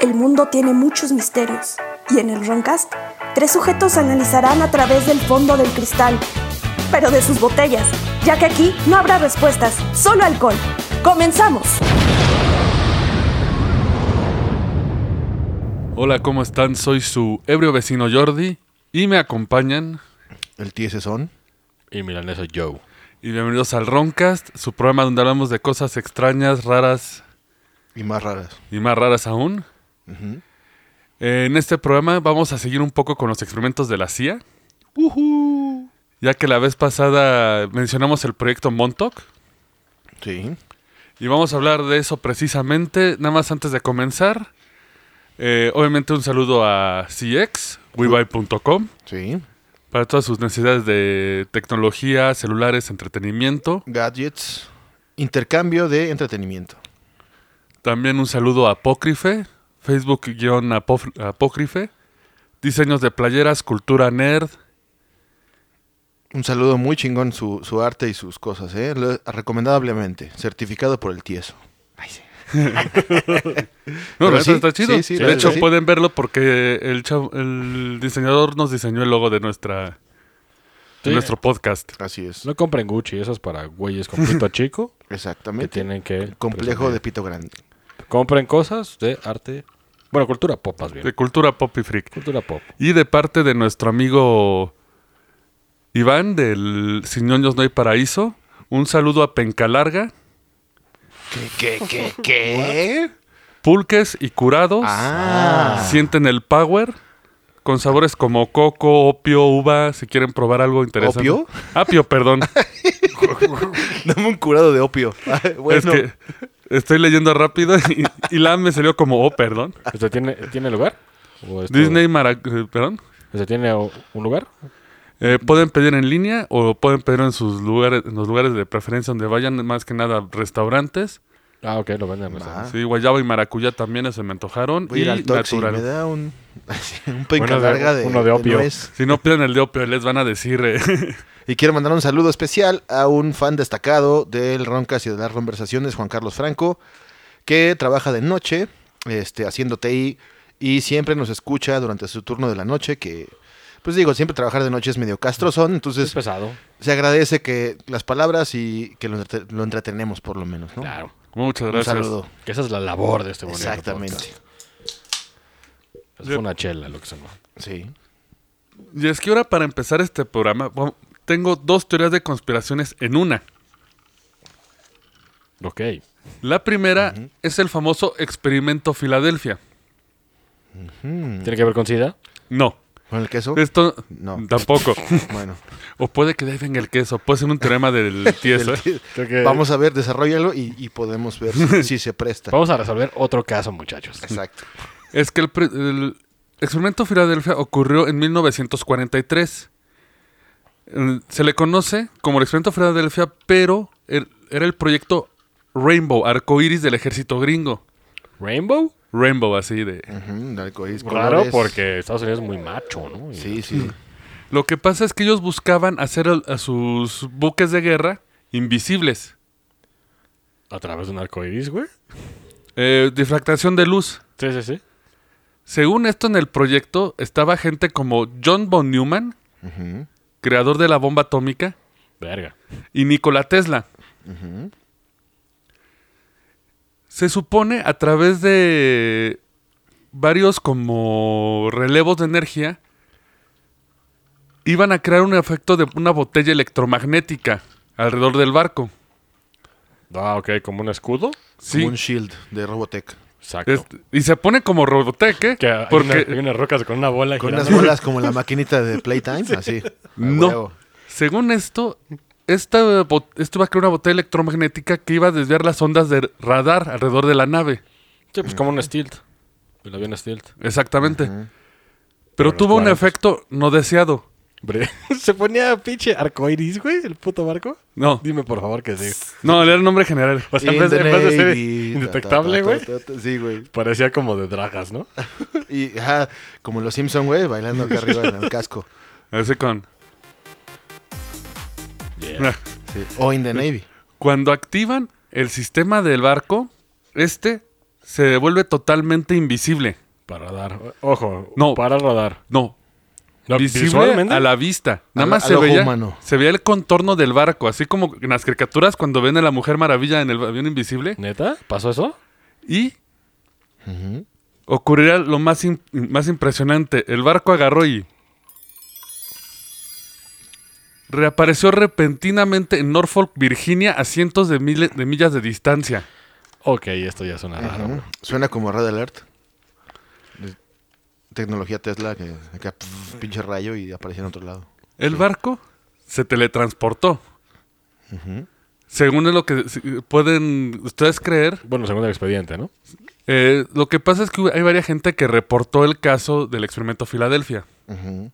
El mundo tiene muchos misterios y en el Roncast, tres sujetos analizarán a través del fondo del cristal, pero de sus botellas, ya que aquí no habrá respuestas, solo alcohol. ¡Comenzamos! Hola, ¿cómo están? Soy su ebrio vecino Jordi y me acompañan El TS son. Y milanesa Joe. y bienvenidos al Roncast, su programa donde hablamos de cosas extrañas, raras Y más raras. y más raras aún. En este programa vamos a seguir un poco con los experimentos de la CIA, ya que la vez pasada mencionamos el proyecto Montauk Sí. y vamos a hablar de eso precisamente. Nada más antes de comenzar, eh, obviamente un saludo a CX, WeBuy.com, Sí. para todas sus necesidades de tecnología, celulares, entretenimiento. Gadgets. Intercambio de entretenimiento. También un saludo a Apócrife, Facebook-Apócrife, diseños de playeras, cultura nerd. Un saludo muy chingón su, su arte y sus cosas, ¿eh? Lo- recomendablemente. Certificado por el tieso. No, Pero la neta sí, está chido. sí, sí, de la hecho, neta sí. pueden verlo porque el, chavo- el diseñador nos diseñó el logo de nuestra de Sí. nuestro podcast. Así es. No compren Gucci, esas para güeyes con pito chico que Exactamente. tienen que... Complejo de presumir. pito grande. Compren cosas de arte... Bueno, cultura pop más bien. De cultura pop y freak. Cultura pop. Y de parte de nuestro amigo Iván del Sin Ñoños No Hay Paraíso, un saludo a Pencalarga, ¿Qué, qué, qué? qué? Pulques y Curados. ah. Sienten el power con sabores como coco, opio, uva, si quieren probar algo interesante. ¿Opio? Apio, perdón. Dame un curado de opio. bueno. Es que estoy leyendo rápido y, y la me salió como, oh, perdón. ¿Esto tiene, tiene lugar? ¿O esto- Disney Mara... eh, Perdón. ¿Esto tiene o- un lugar? Eh, pueden pedir en línea o pueden pedir en sus lugares, en los lugares de preferencia donde vayan, más que nada restaurantes. Ah, ok, lo venden. en restaurantes. Sí, guayaba y maracuyá también se me antojaron. Voy a ir y al Toxi. natural. Me da un, un penca Uno de- larga de, uno de opio. nuez. Si no piden el de opio, les van a decir. eh, Y quiero mandar un saludo especial a un fan destacado del Roncas y de las conversaciones, Juan Carlos Franco, que trabaja de noche este, haciendo TI y siempre nos escucha durante su turno de la noche, que pues digo, siempre trabajar de noche es medio castrozón, Es entonces pesado. se agradece que las palabras y que lo, entre- lo entretenemos por lo menos, ¿no? Claro. Muchas Un gracias. saludo. Que esa es la labor de este bonito Exactamente. podcast. Es una chela lo que se llama. Sí. Y es que ahora para empezar este programa, vam- tengo dos teorías de conspiraciones en una. Ok. La primera es el famoso experimento Filadelfia. Mm. ¿Tiene que ver con SIDA? No, ¿Con el queso? esto No. tampoco. Bueno. o puede que dejen el queso, puede ser un teorema del tieso. ¿eh? Creo que- Vamos a ver, desarrollalo y, y podemos ver si, si se presta. Vamos a resolver otro caso, muchachos. Exacto. Es que el, pre- el experimento Filadelfia ocurrió en 1943. El- Mm, Se le conoce como el experimento Filadelfia, pero el- era el proyecto Rainbow, arcoiris del ejército gringo. ¿Rainbow? Rainbow, así de. Ujú, de arcoíris, Claro, colores. porque Estados Unidos es muy macho, ¿no? Y- Sí, sí. Lo que pasa es que ellos buscaban hacer al- a sus buques de guerra invisibles. A través de un arco iris, güey. Eh, difractación de luz. Sí, sí, sí. Según esto en el proyecto estaba gente como John von Neumann, Ujú. creador de la bomba atómica, Verga. y Nikola Tesla. Se supone a través de varios como relevos de energía iban a crear un efecto de una botella electromagnética alrededor del barco. Ah, ok, como un escudo. Sí. Como un shield de Robotech. Exacto. Es- y se pone como Robotech, ¿eh? Que hay, Porque una- hay unas rocas con una bola. Con girando. unas bolas como la maquinita de Playtime, así. no. A huevo. Según esto, esta, bot- esto iba a crear una botella electromagnética que iba a desviar las ondas de radar alrededor de la nave. Sí, pues como un stilt. El avión stilt. Exactamente. Pero los tuvo un cuarentas. efecto no deseado. Se ponía pinche arcoiris, güey, el puto barco. No, Dime por favor que sí. no, era el nombre general. O sea, Pues, en In vez, the en vez de ser Navy, ta, ta, indetectable, ta, güey, ta, ta, ta, Sí, güey. parecía como de dragas, ¿no? Y ajá, como los Simpson, güey, bailando acá arriba en el casco. Así con. Sí. O in the Navy. Cuando activan el sistema del barco, este se vuelve totalmente invisible. Para dar. Ojo. No. Para radar. No, No, visible a la vista. Nada Al- más al se ojo veía, humano. se veía el contorno del barco, así como en las caricaturas cuando ven a la Mujer Maravilla en el avión invisible. ¿Neta? ¿Pasó eso? Y ocurrirá lo más, im- más impresionante. El barco agarró y... Reapareció repentinamente en Norfolk, Virginia, a cientos de, mile- de millas de distancia. Ok, esto ya suena raro. Ujú. Suena como Red Alert. De- Tecnología Tesla que acá pf, pinche rayo y aparece en otro lado. El barco se teletransportó. Según es lo que eh, pueden ustedes creer, Bueno, según el expediente, ¿no? Eh, lo que pasa es que hay varias gente que reportó el caso del experimento Filadelfia. Ujú.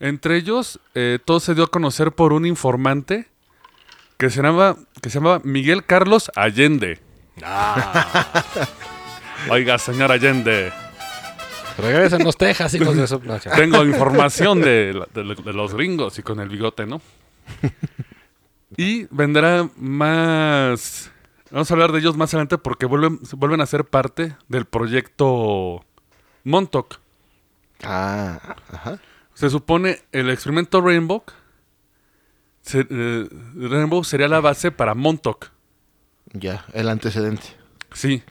Entre ellos, eh, todo se dio a conocer por un informante que se llamaba, que se llamaba Miguel Carlos Allende. Oiga, señor Allende, Regresen los Texas, hijos de su... No, ok. tengo información de, la- de lo- de los gringos y con el bigote, ¿no? Y vendrá más... Vamos a hablar de ellos más adelante porque vuelven, vuelven a ser parte del proyecto Montauk. Ah, ajá. Se supone el experimento Rainbow. se- eh, Rainbow sería la base para Montauk. Ya, el antecedente. Sí.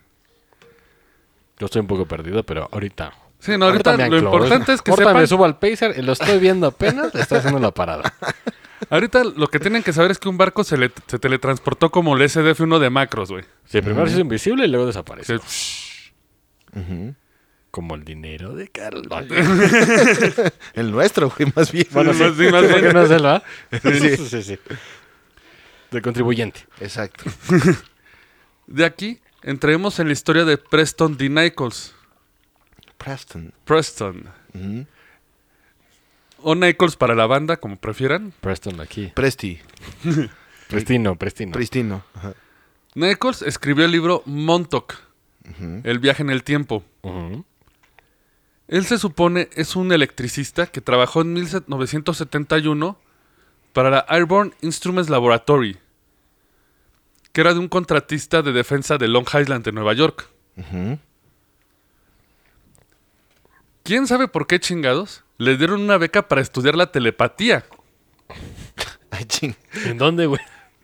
Yo estoy un poco perdido, pero ahorita... Sí, no, ahorita me lo anclo. importante es que Ahorita sepan- me subo al Pacer y lo estoy viendo apenas. le Estoy haciendo la parada. Ahorita lo que tienen que saber es que un barco se, le- se teletransportó como el SDF-1 de Macros, güey. Sí, primero se hizo invisible y luego O sea, desaparece. Ujú. Como el dinero de Carlos. El nuestro, güey, más bien. Bueno, sí, Más- sí, más bien. porque no es él, ¿verdad? Sí. sí, sí. Del contribuyente. Exacto. De aquí entremos en la historia de Preston D. Nichols. Preston. Preston. Ujú. O Nichols para la banda, como prefieran. Preston aquí. Presti. Prestino, Prestino. Pristino. Ajá. Nichols escribió el libro Montauk, El viaje en el tiempo. Ujú. Él se supone es un electricista que trabajó en 1971 para la Airborne Instruments Laboratory, que era de un contratista de defensa de Long Island de Nueva York. Ujú. ¿Quién sabe por qué chingados? Le dieron una beca para estudiar la telepatía. Ay, ching. ¿En dónde, güey?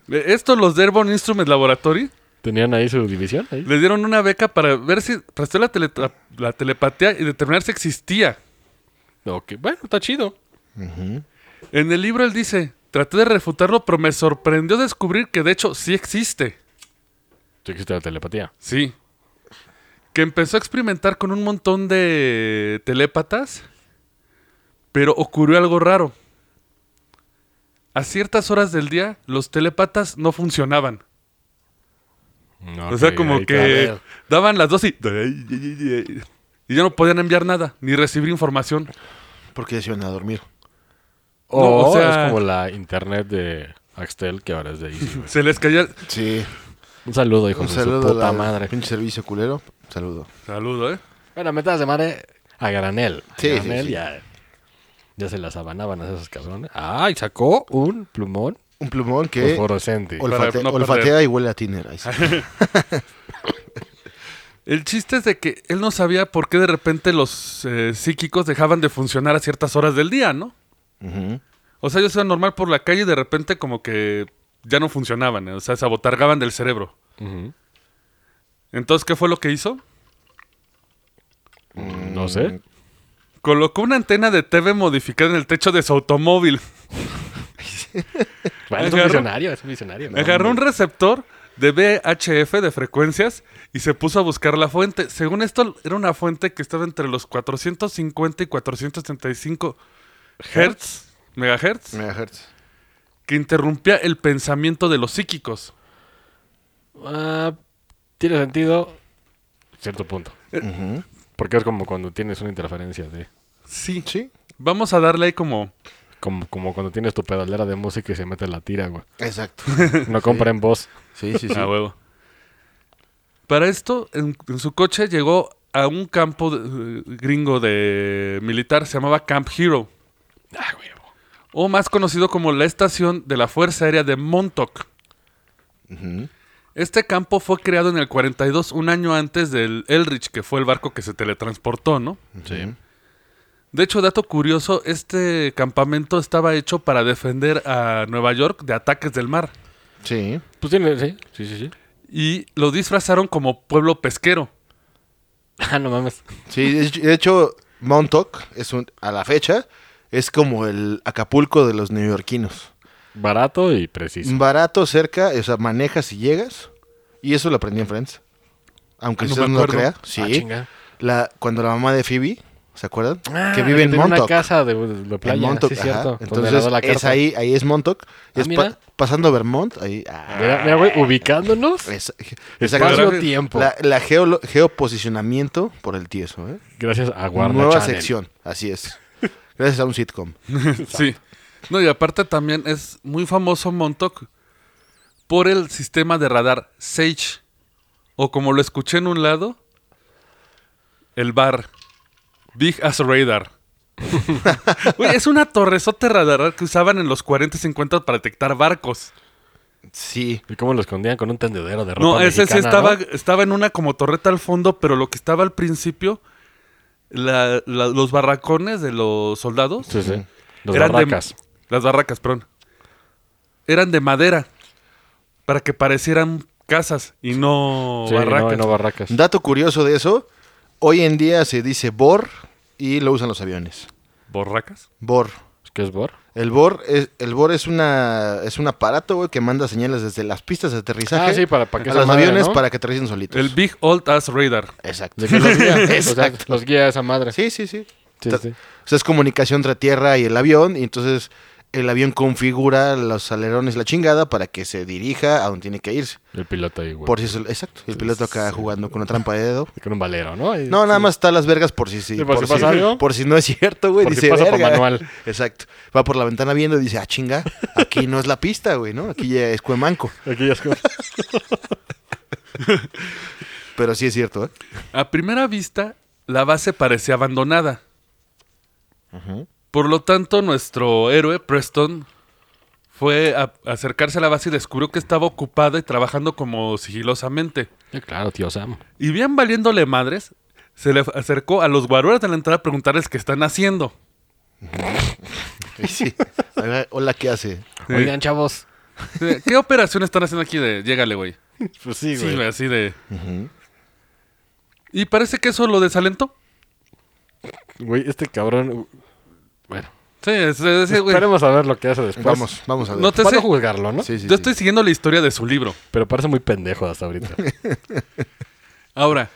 Eh, Estos, los de Airborne Instruments Laboratory, ¿Tenían ahí su división? ahí? le dieron una beca para ver si para estudiar la, tele- la- la telepatía y determinar si existía. Ok, Bueno, está chido. En el libro él dice, traté de refutarlo, pero me sorprendió descubrir que de hecho sí existe. Sí existe la telepatía. Sí. Que empezó a experimentar con un montón de telépatas, pero ocurrió algo raro. A ciertas horas del día, los telépatas no funcionaban. o sea, Ok, como ahí que está. daban las dos y... Y ya no podían enviar nada, ni recibir información. Porque se iban a dormir. O, No, o sea- es como la internet de Axtel, que ahora es de Easy. güey. Se les caía... Sí. Un saludo, hijo Un de saludo su a puta la madre. pinche servicio culero. Un saludo. Saludo, ¿eh? Bueno, metas de madre a granel. A Sí, sí, granel sí. Ya, ya se las abanaban a esos cabrones. Ay, sacó un plumón Un plumón que fluorescente. Ol- olfate- Para no perder. olfatea y huele a tiner. Ahí sí. El chiste es de que él no sabía por qué de repente los eh, psíquicos dejaban de funcionar a ciertas horas del día, ¿no? Ujú. O sea, ellos iban normal por la calle y de repente como que ya no funcionaban, ¿eh? o sea, se abotargaban del cerebro. Ujú. Entonces, ¿qué fue lo que hizo? No sé. Colocó una antena de TV modificada en el techo de su automóvil. Bueno, es un Agarró- visionario, es un visionario. ¿no? Agarró un receptor de VHF de frecuencias y se puso a buscar la fuente. Según esto, era una fuente que estaba entre los 450 y 475 hertz, megahertz, Megahertz. que interrumpía el pensamiento de los psíquicos. Ah, tiene sentido. Cierto punto. Porque es como cuando tienes una interferencia, sí. Sí. Sí. Vamos a darle ahí como... Como, como cuando tienes tu pedalera de música y se mete la tira, güey. Exacto. No compren voz. Sí, sí, sí. Ah, A huevo. Para esto, en, en su coche llegó a un campo de- eh, gringo de militar, se llamaba Camp Hero, Ah, huevo. o o más conocido como la estación de la Fuerza Aérea de Montauk. Ujú. Este campo fue creado en el 42, un año antes del Elrich, que fue el barco que se teletransportó, ¿no? Sí. De hecho, dato curioso, este campamento estaba hecho para defender a Nueva York de ataques del mar. Sí. Pues tiene, sí, sí, sí, sí. Y lo disfrazaron como pueblo pesquero. Ah, no mames. Sí, de hecho- de hecho, Montauk es un, a la fecha es como el Acapulco de los neoyorquinos. Barato y preciso. Barato, cerca, o sea, manejas y llegas. Y eso lo aprendí en Friends. Aunque Ah, no usted me no lo acuerdo. crea. Sí. Ah, chinga. la, cuando la mamá de Phoebe, ¿se acuerdan? Ah, que vive en tenía Montauk. una casa de, de playa. en Montauk, sí, ajá. cierto. donde Entonces, nadó la es carpa. ahí, ahí es Montauk. Ah, es mira. pa- pasando Vermont, ahí. ah, Mira, mira, güey, ubicándonos. es- Espacio exacto. tiempo. La, la geolo- geoposicionamiento por el tieso, ¿eh? Gracias a Guarda Nueva Channel. sección, así es. Gracias a un sitcom. sí. No, y aparte también es muy famoso Montauk por el sistema de radar Sage. O como lo escuché en un lado, el bar. Big as radar. Güey, es una torresota radar que usaban en los 40 y 50 para detectar barcos. Sí. ¿Y cómo lo escondían? Con un tendedero de ropa No, ese sí mexicana, estaba, ¿no? estaba en una como torreta al fondo, pero lo que estaba al principio, la- la- los barracones de los soldados Sí, sí. Los eran de- barracas. las barracas, perdón. Eran de madera. Para que parecieran casas y no Sí, barracas. No, no barracas. Dato curioso de eso, hoy en día se dice bor y lo usan los aviones. ¿Borracas? Bor. ¿Qué es bor? El bor es, el bor es una es un aparato güey, que manda señales desde las pistas de aterrizaje Ah, sí, para- para que a esa los madre, aviones ¿no? para que aterricen solitos. El Big Old Ass Radar. Exacto. De que los guía. o sea, Exacto. los guía a esa madre. Sí, sí, sí. Sí, Ta- sí. O sea, es comunicación entre tierra y el avión, y entonces el avión configura los alerones y la chingada para que se dirija a donde tiene que irse. El piloto ahí, güey. Por si es el- exacto, el piloto acá jugando con una trampa de dedo. Con un valero, ¿no? Y- No, nada más está las vergas por si sí, Sí, por si pasa algo. por si no es cierto, güey, Por si dice pasa por "Verga". manual. Exacto. Va por la ventana viendo y dice, "Ah, chinga, aquí no es la pista, güey, ¿no? Aquí ya es Cuemanco." Aquí ya es como- Pero sí es cierto, ¿eh? A primera vista, la base parecía abandonada. Por lo tanto, nuestro héroe, Preston, fue a acercarse a la base y descubrió que estaba ocupada y trabajando como sigilosamente. Sí, Claro, tío Sam. Y bien valiéndole madres, se le acercó a los guaruras de la entrada a preguntarles qué están haciendo. Y sí. Oiga, Hola, ¿qué hace? Oigan, chavos. ¿Qué operación están haciendo aquí de llégale, güey? Pues sí, Sí, güey. güey, así de. Y parece que eso lo desalentó. Güey, este cabrón. Bueno, Sí, es- es- sí, güey. esperemos a ver lo que hace después. Vamos, vamos a ver. No te Para sé. Pues, no juzgarlo, ¿no? Sí, sí, Yo sí. estoy siguiendo la historia de su libro. Pero parece muy pendejo hasta ahorita. Ahora,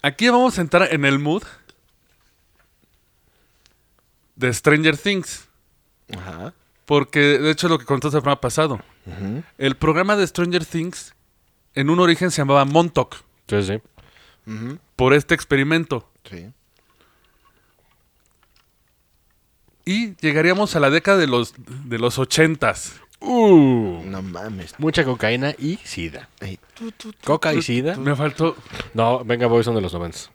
aquí vamos a entrar en el mood de Stranger Things. Ajá. Porque, de hecho, es lo que contaste el programa pasado. El programa de Stranger Things, en un origen se llamaba Montauk, Sí, sí. por este experimento. Sí. Y llegaríamos a la década de los, de los ochentas. Uh, No mames. mucha cocaína y sida. Ey, tú, tú, tú. ¿Coca y sida? Me faltó... No, venga, voy, son de los 90. Sí,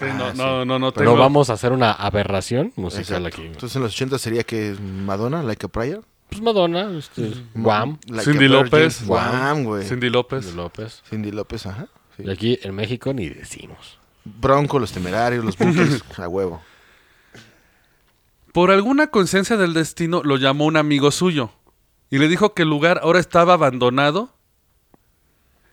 Ah, no, sí. no, no, no Pero tengo- vamos a hacer una aberración musical Exacto. aquí. Entonces en los 80 sería que Madonna, Like a Prayer. Pues Madonna, este, Wham, Like Cindy a Prayer, López. James Wham, güey. Cindy. Cindy López. de López. López, ajá. sí. Y aquí en México ni decimos. Bronco, los temerarios, los bunkers, a huevo. Por alguna conciencia del destino lo llamó un amigo suyo y le dijo que el lugar ahora estaba abandonado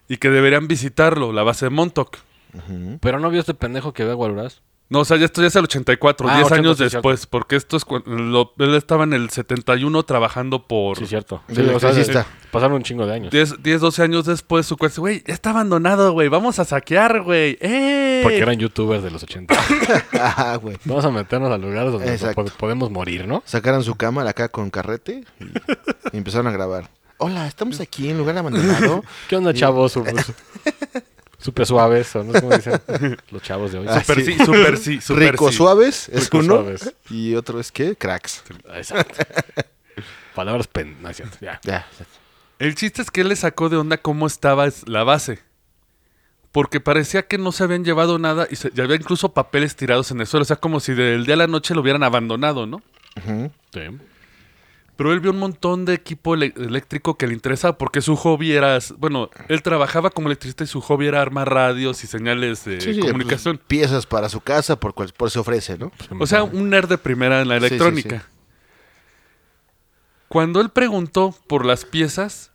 y que deberían visitarlo, la base de Montauk. Pero no vio este pendejo que ve a Guaruras. No, o sea, ya esto ya es el 84, Ah, 10 80, años sí, después, porque esto es cuando lo- él estaba en el 71 trabajando por Sí, cierto. El Sí, o sea, electricista. pasaron un chingo de años. 10, 10, 12 años después su cuate, dice, güey, está abandonado, güey, vamos a saquear, güey. ¡Eh! Porque eran youtubers de los 80. Ajá, Ah, güey. Vamos a meternos a lugares donde Exacto. po- podemos morir, ¿no? Sacaron su cámara acá con carrete y empezaron a grabar. Hola, estamos aquí en lugar abandonado. ¿Qué onda, chavos? Su- su- Súper suaves, o ¿no? sé ¿Cómo dicen los chavos de hoy? Ah, Super sí. sí, super sí, super Rico sí. suaves es Rico uno. suaves. Y otro es que cracks. Exacto. Palabras pen... No, es cierto, ya. Ya. El chiste es que él le sacó de onda cómo estaba es- la base. Porque parecía que no se habían llevado nada y, se- y había incluso papeles tirados en el suelo. O sea, como si del día a la noche lo hubieran abandonado, ¿no? Sí. Pero él vio un montón de equipo ele- eléctrico que le interesaba porque su hobby era. Bueno, él trabajaba como electricista y su hobby era armar radios y señales de Sí, sí, comunicación. pues, piezas para su casa, por cual por se ofrece, ¿no? O sea, un nerd de primera en la Sí, sí, electrónica. Cuando él preguntó por las piezas,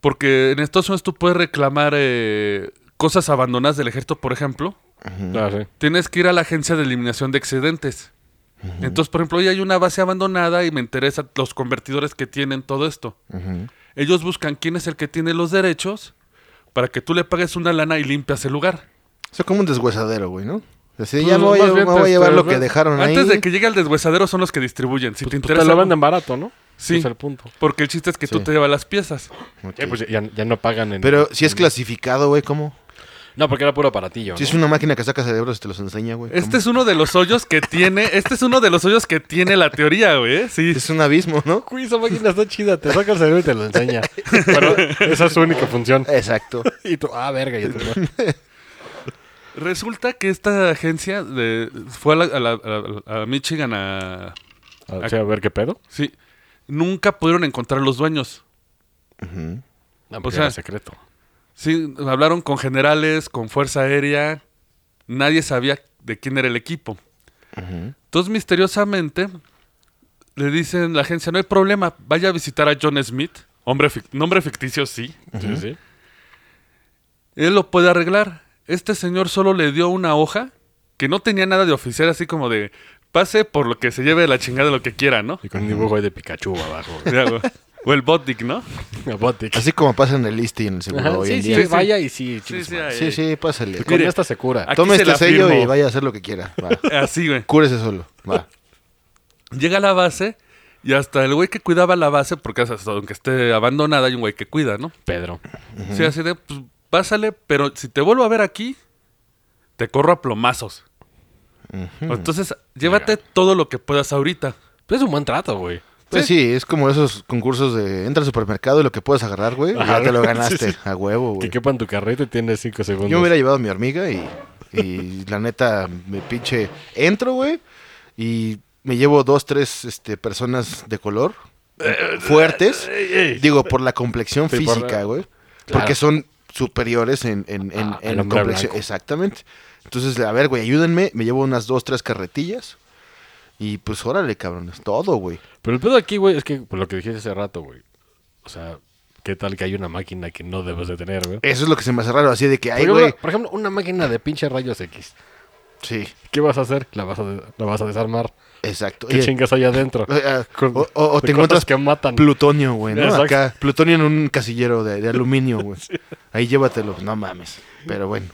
porque en Estados Unidos tú puedes reclamar eh, cosas abandonadas del ejército, por ejemplo, Ah, sí. tienes que ir a la agencia de eliminación de excedentes. Entonces, por ejemplo, hoy hay una base abandonada y me interesa los convertidores que tienen todo esto. Ujú. Ellos buscan quién es el que tiene los derechos para que tú le pagues una lana y limpias el lugar. O sea, como un deshuesadero, güey, ¿no? Así, Pues, ya me voy, a- más bien me voy te- a llevar te- lo que dejaron ahí. Antes de que llegue al deshuesadero son los que distribuyen. Si te Pues, pues, interesa. te lo algo. venden barato, ¿no? Sí. Es el punto. Porque el chiste es que tú Sí. te llevas las piezas. Ok. Ya, pues, ya, ya no pagan en... Pero si es en- clasificado, güey, ¿cómo? No, porque era puro aparatillo, Si ¿no? es una máquina que saca cerebros y te los enseña, güey. Este ¿cómo? es uno de los hoyos que tiene. Este es uno de los hoyos que tiene la teoría, güey. ¿eh? Sí. Es un abismo, ¿no? Uy, esa máquina está chida, te saca el cerebro y te lo enseña. Pero esa es su única función. Exacto. Y tú, ah, verga, y tú, ¿no? Resulta que esta agencia de- fue a, la- a la- a la- a Michigan a. O sea, a ver qué pedo. Sí. Nunca pudieron encontrar los dueños. Ujú. No, porque O sea- era secreto. Sí, hablaron con generales, con fuerza aérea. Nadie sabía de quién era el equipo. Ujú. Entonces, misteriosamente, le dicen la agencia: no hay problema, vaya a visitar a John Smith. Hombre, fic- nombre ficticio, sí. Sí, sí. Él lo puede arreglar. Este señor solo le dio una hoja que no tenía nada de oficial, así como de pase por lo que se lleve la chingada lo que quiera, ¿no? Y con un dibujo ahí de Pikachu abajo. Ya, güey. O el Botnik, ¿no? güey. Botic. Así como pasa en el Liste y en el seguro Ajá, hoy en sí, sí, día. vaya y sí, Sí, chingues, sí, madre. ahí. Sí, sí, pásale. Con Mire, esta se cura. aquí Tome se este la sello firmo. y vaya a hacer lo que quiera. va. Así, güey. Cúrese solo. Va. Llega a la base y hasta el güey que cuidaba la base, porque hasta aunque esté abandonada hay un güey que cuida, ¿no? Pedro. Sí, así de, pues pásale, pero si te vuelvo a ver aquí, te corro a plomazos. Entonces, llévate todo lo que puedas ahorita. Pues es un buen trato, güey. Pues sí, es como esos concursos de entra al supermercado y lo que puedas agarrar, güey. Ajá, Ya te lo sí, ganaste. sí. A huevo, Que güey. quepa en tu carrito y tienes 5 segundos. Yo me hubiera llevado mi hormiga y, y la neta, me pinche. Entro, güey, y me llevo dos, tres este, personas de color Eh, fuertes. Digo, por la complexión Sí, por la- física, güey. Claro. Porque son superiores en, en, en- Ah, en el hombre complexión. blanco. Exactamente. Entonces, a ver, güey, ayúdenme. Me llevo unas dos, tres carretillas. Y pues, órale, cabrones. Todo, güey. Pero el pedo aquí, güey, es que por lo que dijiste hace rato, güey. O sea, ¿qué tal que hay una máquina que no debes de tener, güey? Eso es lo que se me hace raro. Así de que, Por ay, ejemplo- güey. Por ejemplo, una máquina de pinche rayos X. Sí, ¿Qué vas a hacer? La vas a, des- la vas a desarmar. exacto. ¿Qué Oye, chingas hay adentro? o- ah, Con- o, o- o te de cosas encuentras que matan. plutonio, güey, ¿no? Exacto. Acá, plutonio en un casillero de, de aluminio, güey. Ahí llévatelo. No mames. Pero bueno.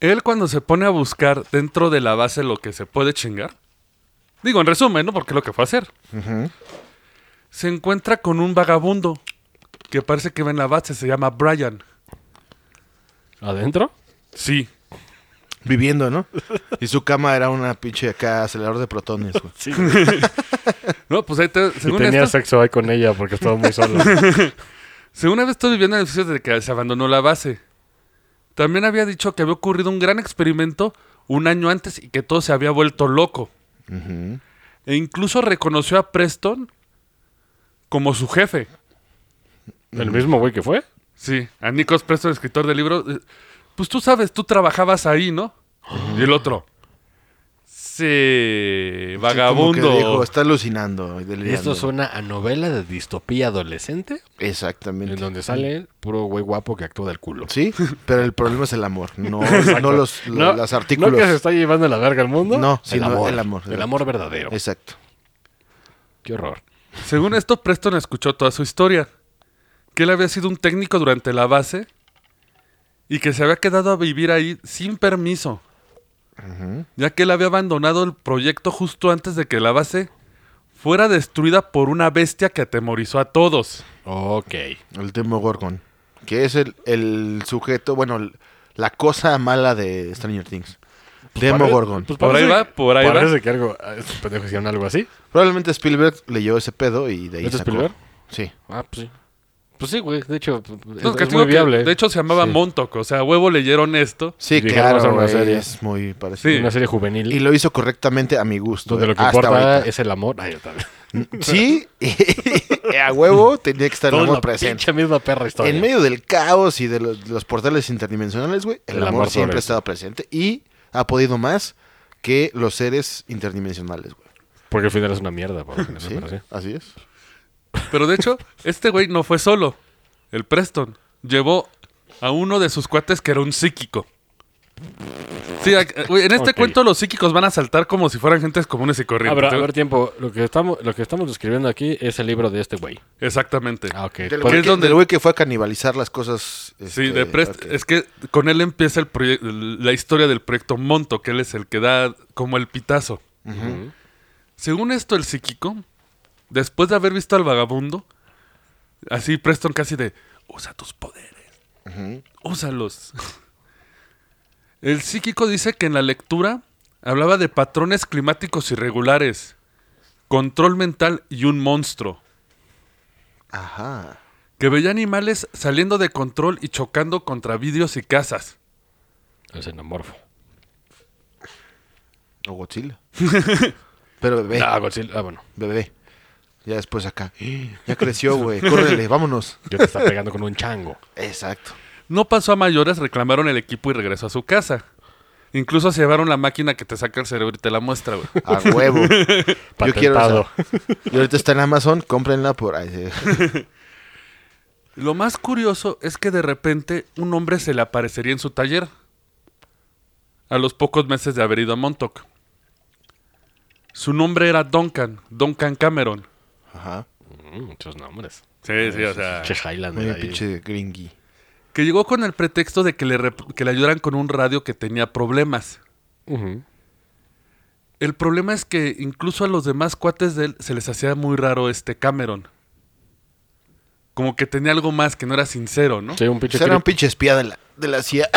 Él cuando se pone a buscar dentro de la base lo que se puede chingar, digo en resumen, ¿no? Porque es lo que fue a hacer, Ujú. se encuentra con un vagabundo que parece que va en la base, se llama Brian. ¿Adentro? Sí. Viviendo, ¿no? Y su cama era una pinche acá acelerador de protones, güey. Sí. No, pues ahí te, y según tenía esto, sexo ahí con ella porque estaba muy solo. según esto, estoy viviendo en edificios desde que se abandonó la base. También había dicho que había ocurrido un gran experimento un año antes y que todo se había vuelto loco. Ujú. E incluso reconoció a Preston como su jefe. ¿El mismo güey que fue? Sí, a Nikos Preston, escritor del libro. eh, Pues tú sabes, tú trabajabas ahí, ¿no? Y el otro. Sí, Sí, como que vagabundo. dijo, está alucinando. y delirando". Esto suena a novela de distopía adolescente. Exactamente. En donde sale puro güey guapo que actúa del culo. Sí, pero el problema es el amor, no, no los, lo- las artículos. No que se está llevando la verga al mundo. No, sino el amor. El amor verdadero. Exacto. Qué horror. Según esto, Preston escuchó toda su historia. Que él había sido un técnico durante la base y que se había quedado a vivir ahí sin permiso. Ya que él había abandonado el proyecto justo antes de que la base fuera destruida por una bestia que atemorizó a todos. Ok. El Demogorgon, que es el, el sujeto, bueno, el- la cosa mala de Stranger Things. Demogorgon. Pues Por ahí parece- va, por ahí va. Parece que algo, ah, estos pendejos hicieron algo así. Probablemente Spielberg leyó ese pedo y de ahí ¿Es de sacó. Spielberg? Sí. Ah, pues sí. Pues sí, güey. De hecho, es, No, que es te digo muy que, viable. de hecho, se llamaba Sí. Montauk. O sea, a huevo leyeron esto. Sí, Dijeron, vamos a claro, hacer una güey, serie. es muy parecido. Sí. Una serie juvenil. Y lo hizo correctamente a mi gusto. donde eh, lo que hasta importa ahorita. Mm, es el amor. Ay, yo también. Sí, a huevo tenía que estar el Toda amor la presente. pinche misma perra historia. En medio del caos y de los, de los portales interdimensionales, güey, el, El amor, amor siempre ha sobre- estado presente y ha podido más que los seres interdimensionales, güey. Porque al final es una mierda. por lo general, ¿Sí? pero sí. Así es. Pero de hecho, este güey no fue solo. El Preston llevó a uno de sus cuates que era un psíquico. Sí, a- eh, güey, en este Ok. cuento los psíquicos van a saltar como si fueran gentes comunes y corrientes. Habrá, ¿eh? habrá tiempo. Lo que, estamos, lo que estamos describiendo aquí es el libro de este güey. Exactamente. Ah, ok. Del Porque güey es que, donde- del güey que fue a canibalizar las cosas. Sí, este, de Prest- ok. es que con él empieza el proye- la historia del proyecto Monto, que él es el que da como el pitazo. Ujú. Según esto, el psíquico, después de haber visto al vagabundo, así Preston casi de, usa tus poderes, Ujú. úsalos. El psíquico dice que en la lectura hablaba de patrones climáticos irregulares, control mental y un monstruo, Ajá. que veía animales saliendo de control y chocando contra vidrios y casas. El xenomorfo. O Godzilla. Pero bebé, Ah, Godzilla. Ah, bueno. bebé. Ya después acá. Ya creció, güey. Córrele, vámonos. Yo te está pegando con un chango. Exacto. No pasó a mayores, reclamaron el equipo y regresó a su casa. Incluso se llevaron la máquina que te saca el cerebro y te la muestra, güey. A huevo. Yo quiero Patentado. esa. Y ahorita está en Amazon, cómprenla por ahí. sí. Lo más curioso es que de repente un hombre se le aparecería en su taller a los pocos meses de haber ido a Montauk. Su nombre era Duncan, Duncan Cameron. Ajá. Mm, muchos nombres. Sí, sí, o sea. Che Highlander Ah, Muy ahí. pinche gringy. Que llegó con el pretexto de que le, rep- que le ayudaran con un radio que tenía problemas. Ujú. El problema es que incluso a los demás cuates de él se les hacía muy raro este Cameron. Como que tenía algo más que no era sincero, ¿no? Sí, un pinche. Pues era un creep. pinche espía de la, de la CIA.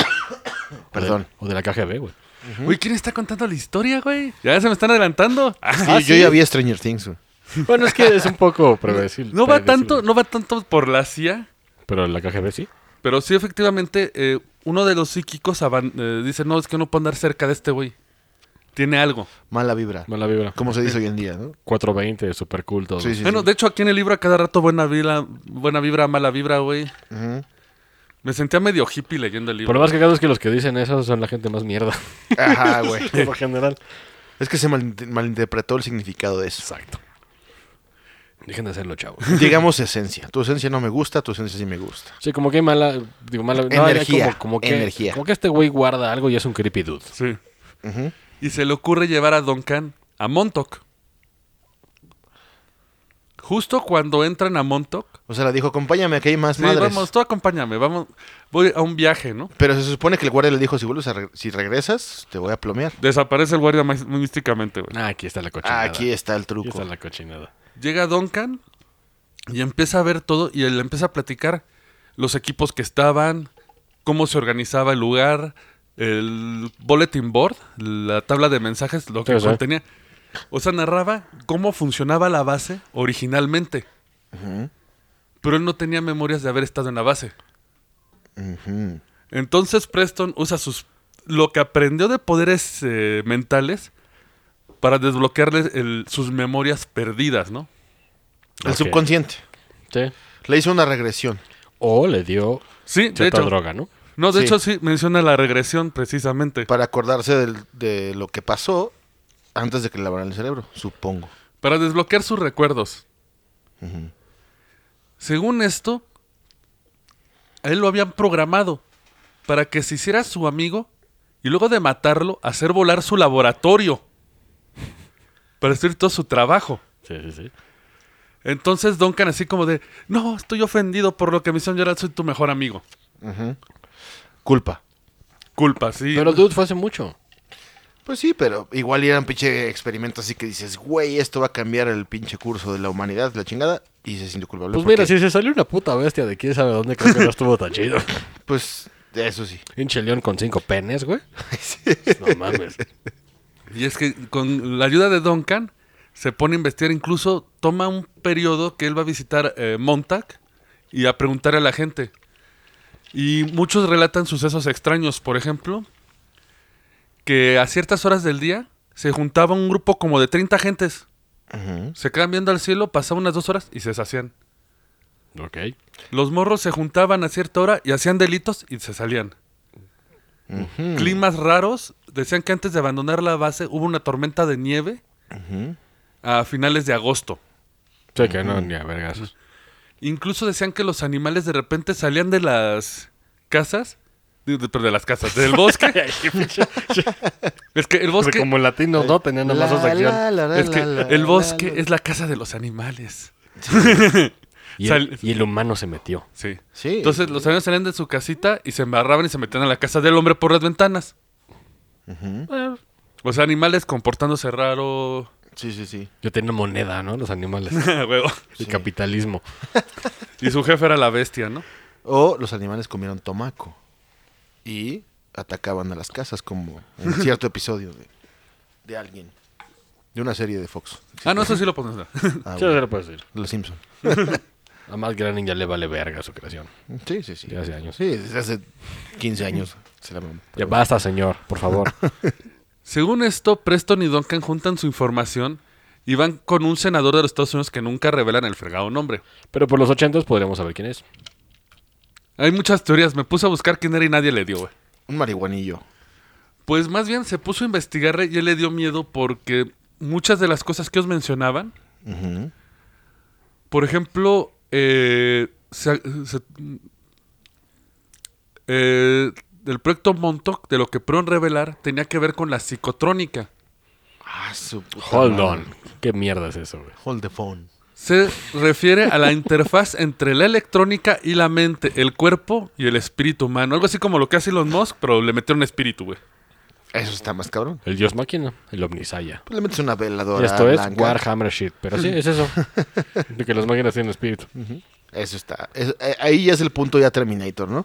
Perdón. O de la KGB, güey. Uy, ¿quién está contando la historia, güey? Ya se me están adelantando. Sí, Ah, yo ya vi Stranger Things. güey. Bueno, es que es un poco predecible. No va predecible. tanto, no va tanto por la CIA, Pero la KGB sí. pero sí efectivamente eh, uno de los psíquicos aban- eh, dice, no, es que no puedo andar cerca de este güey. Tiene algo. Mala vibra. Mala vibra. Como se dice hoy en día, ¿no? 420, super cool todo. Sí, sí, bueno, sí. de hecho aquí en el libro a cada rato buena vibra, buena vibra, mala vibra, güey. Ujú. Me sentía medio hippie leyendo el libro. Pero lo más cagado es que los que dicen eso son la gente más mierda. Ajá, güey. Por lo general. Es que se mal- malinterpretó el significado de eso. Exacto. Dejen de hacerlo, chavos. Digamos esencia. Tu esencia no me gusta, tu esencia sí me gusta. Sí, como que hay mala. Digo, mala. no, hay Energía, como, como que, energía. Como que este güey guarda algo y es un creepy dude. Sí. Ujú. Y se le ocurre llevar a Duncan a Montauk. Justo cuando entran a Montauk, O sea, la dijo, acompáñame, que hay más sí, madres. vamos, tú acompáñame, vamos, voy a un viaje, ¿no? Pero se supone que el guardia le dijo, si vuelves a reg- si regresas, te voy a plomear. Desaparece el guardia más- místicamente, güey. Ah, aquí está la cochinada. Ah, aquí está el Aquí truco. está la cochinada. Llega Duncan y empieza a ver todo y él empieza a platicar los equipos que estaban, cómo se organizaba el lugar, el bulletin board, la tabla de mensajes, lo que Sí, sí. contenía. O sea, narraba cómo funcionaba la base originalmente. Pero él no tenía memorias de haber estado en la base. Ujú. Entonces Preston usa sus lo que aprendió de poderes eh, mentales para desbloquearle el- sus memorias perdidas, ¿no? El Ok. subconsciente. Sí. Le hizo una regresión. O le dio Sí, de cierta hecho. droga, ¿no? No, de Sí. hecho sí menciona la regresión precisamente. Para acordarse del- de lo que pasó antes de que le lavaran el cerebro, supongo. Para desbloquear sus recuerdos. Según esto, a él lo habían programado para que se hiciera su amigo y luego de matarlo, hacer volar su laboratorio. Para hacer todo su trabajo. Sí, sí, sí. Entonces Duncan así como de, no, estoy ofendido por lo que me hicieron llorar, soy tu mejor amigo. Culpa. Culpa, sí. Pero dude fue hace mucho. Pues sí, pero igual era un pinche experimento así que dices, güey, esto va a cambiar el pinche curso de la humanidad, la chingada, y se siente culpable. Pues porque, mira, si se salió una puta bestia de quién sabe dónde, creo que no estuvo tan chido. Pues eso sí. Un cheleón con cinco penes, güey. No mames. Y es que con la ayuda de Duncan se pone a investigar, incluso toma un periodo que él va a visitar eh, Montauk y a preguntar a la gente. Y muchos relatan sucesos extraños, por ejemplo, que a ciertas horas del día se juntaba un grupo como de 30 gentes. Ujú. Se quedaban viendo al cielo, pasaban unas dos horas y se sacían. Ok. Los morros se juntaban a cierta hora y hacían delitos y se salían. Climas raros. Decían que antes de abandonar la base hubo una tormenta de nieve a finales de agosto. Sé que no, ni a vergas. Incluso decían que los animales de repente salían de las casas. De, de- pero de las casas, del bosque. es que el Porque bosque, como latinos no tenían nada más La, dos acción. la, la, la, es que la, la, el la, bosque la. es la casa de los animales. Y, Sal- el, y el humano se metió. Sí. Sí. Entonces los animales salían de su casita y se embarraban y se metían a la casa del hombre por las ventanas. Eh, O sea, animales comportándose raro. Sí, sí, sí. Yo tenía moneda, ¿no? Los animales. Huevo. El capitalismo. y su jefe era la bestia, ¿no? O los animales comieron tomaco y atacaban a las casas, como en cierto episodio de, de alguien, de una serie de Fox. Ah, no, eso sí lo podemos dar. Ah, Sí, bueno, se lo puedo decir. Los Simpson. Además, Groening ya le vale verga su creación. Sí, sí, sí. De hace años. Sí, desde hace 15 años. se la mamó. Ya basta, señor, por favor. Según esto, Preston y Duncan juntan su información y van con un senador de los Estados Unidos que nunca revelan el fregado nombre. Pero por los ochentas podríamos saber quién es. Hay muchas teorías, me puse a buscar quién era y nadie le dio, güey. Un marihuanillo. Pues más bien se puso a investigar y él le dio miedo porque muchas de las cosas que os mencionaban, Ujú. por ejemplo, eh, se- se- eh, el proyecto Montauk, de lo que pudieron revelar, tenía que ver con la psicotrónica. Ah, su puta Hold madre. on. ¿Qué mierda es eso, güey? Hold the phone. Se refiere a la interfaz entre la electrónica y la mente, el cuerpo y el espíritu humano. Algo así como lo que hace Elon Musk, pero le metieron espíritu, Pues güey. Eso está más cabrón. El dios máquina, el omnisaya. Pues le metes una veladora. Esto es blanca. Warhammer shit, pero sí, es eso. De que las máquinas tienen espíritu. Eso está. eso- eh, ahí ya es el punto ya Terminator, ¿no?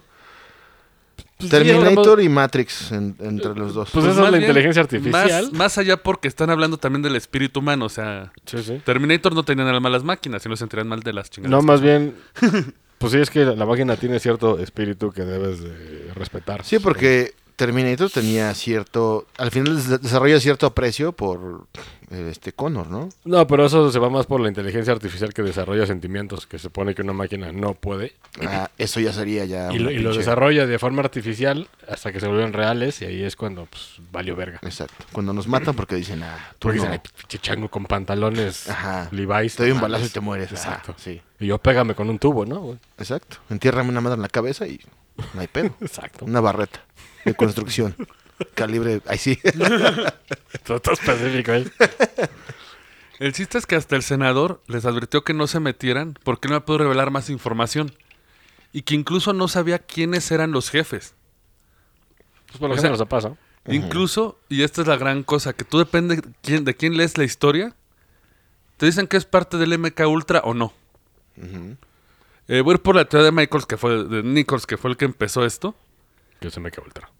Pues sí, Terminator hablamos- y Matrix en- entre los dos. Pues esa es más la bien, inteligencia Más, artificial. más allá porque están hablando también del espíritu humano. O sea, Sí, sí. Terminator no tenía nada malas máquinas, sino se enteraban mal de las No, chingadas. más bien. Pues sí, es que la máquina tiene cierto espíritu que debes de respetar. Sí, porque Terminator tenía cierto. Al final des- desarrolla cierto aprecio por eh, este Connor, ¿no? No, pero eso se va más por la inteligencia artificial que desarrolla sentimientos, que se supone que una máquina no puede. Ah, eso ya sería ya. Y lo, una y lo pinche- desarrolla de forma artificial hasta que se vuelven reales y ahí es cuando pues, valió verga. Exacto. Cuando nos matan porque dicen, ah, tú Porque no. dicen, "Ay, pues, pinche chango con pantalones Ajá. Levi's. Te doy un no balazo y mames". te mueres. Exacto. Exacto. sí. Y yo pégame con un tubo, ¿no? güey? Exacto. Entiérrame una madre en la cabeza y no hay pedo. Exacto. Una barreta de construcción. Calibre. Ahí sí. Todo todo específico, ¿eh? El chiste es que hasta el senador les advirtió que no se metieran porque no pudo revelar más información. Y que incluso no sabía quiénes eran los jefes. Pues por lo O general sea- se pasa. Incluso, y esta es la gran cosa, que tú depende quién, de quién lees la historia, te dicen que es parte del MK Ultra o no. Eh, voy a ir por la teoría de Michaels, que fue, de Nichols, que fue el que empezó esto. Que se me quedó ultra.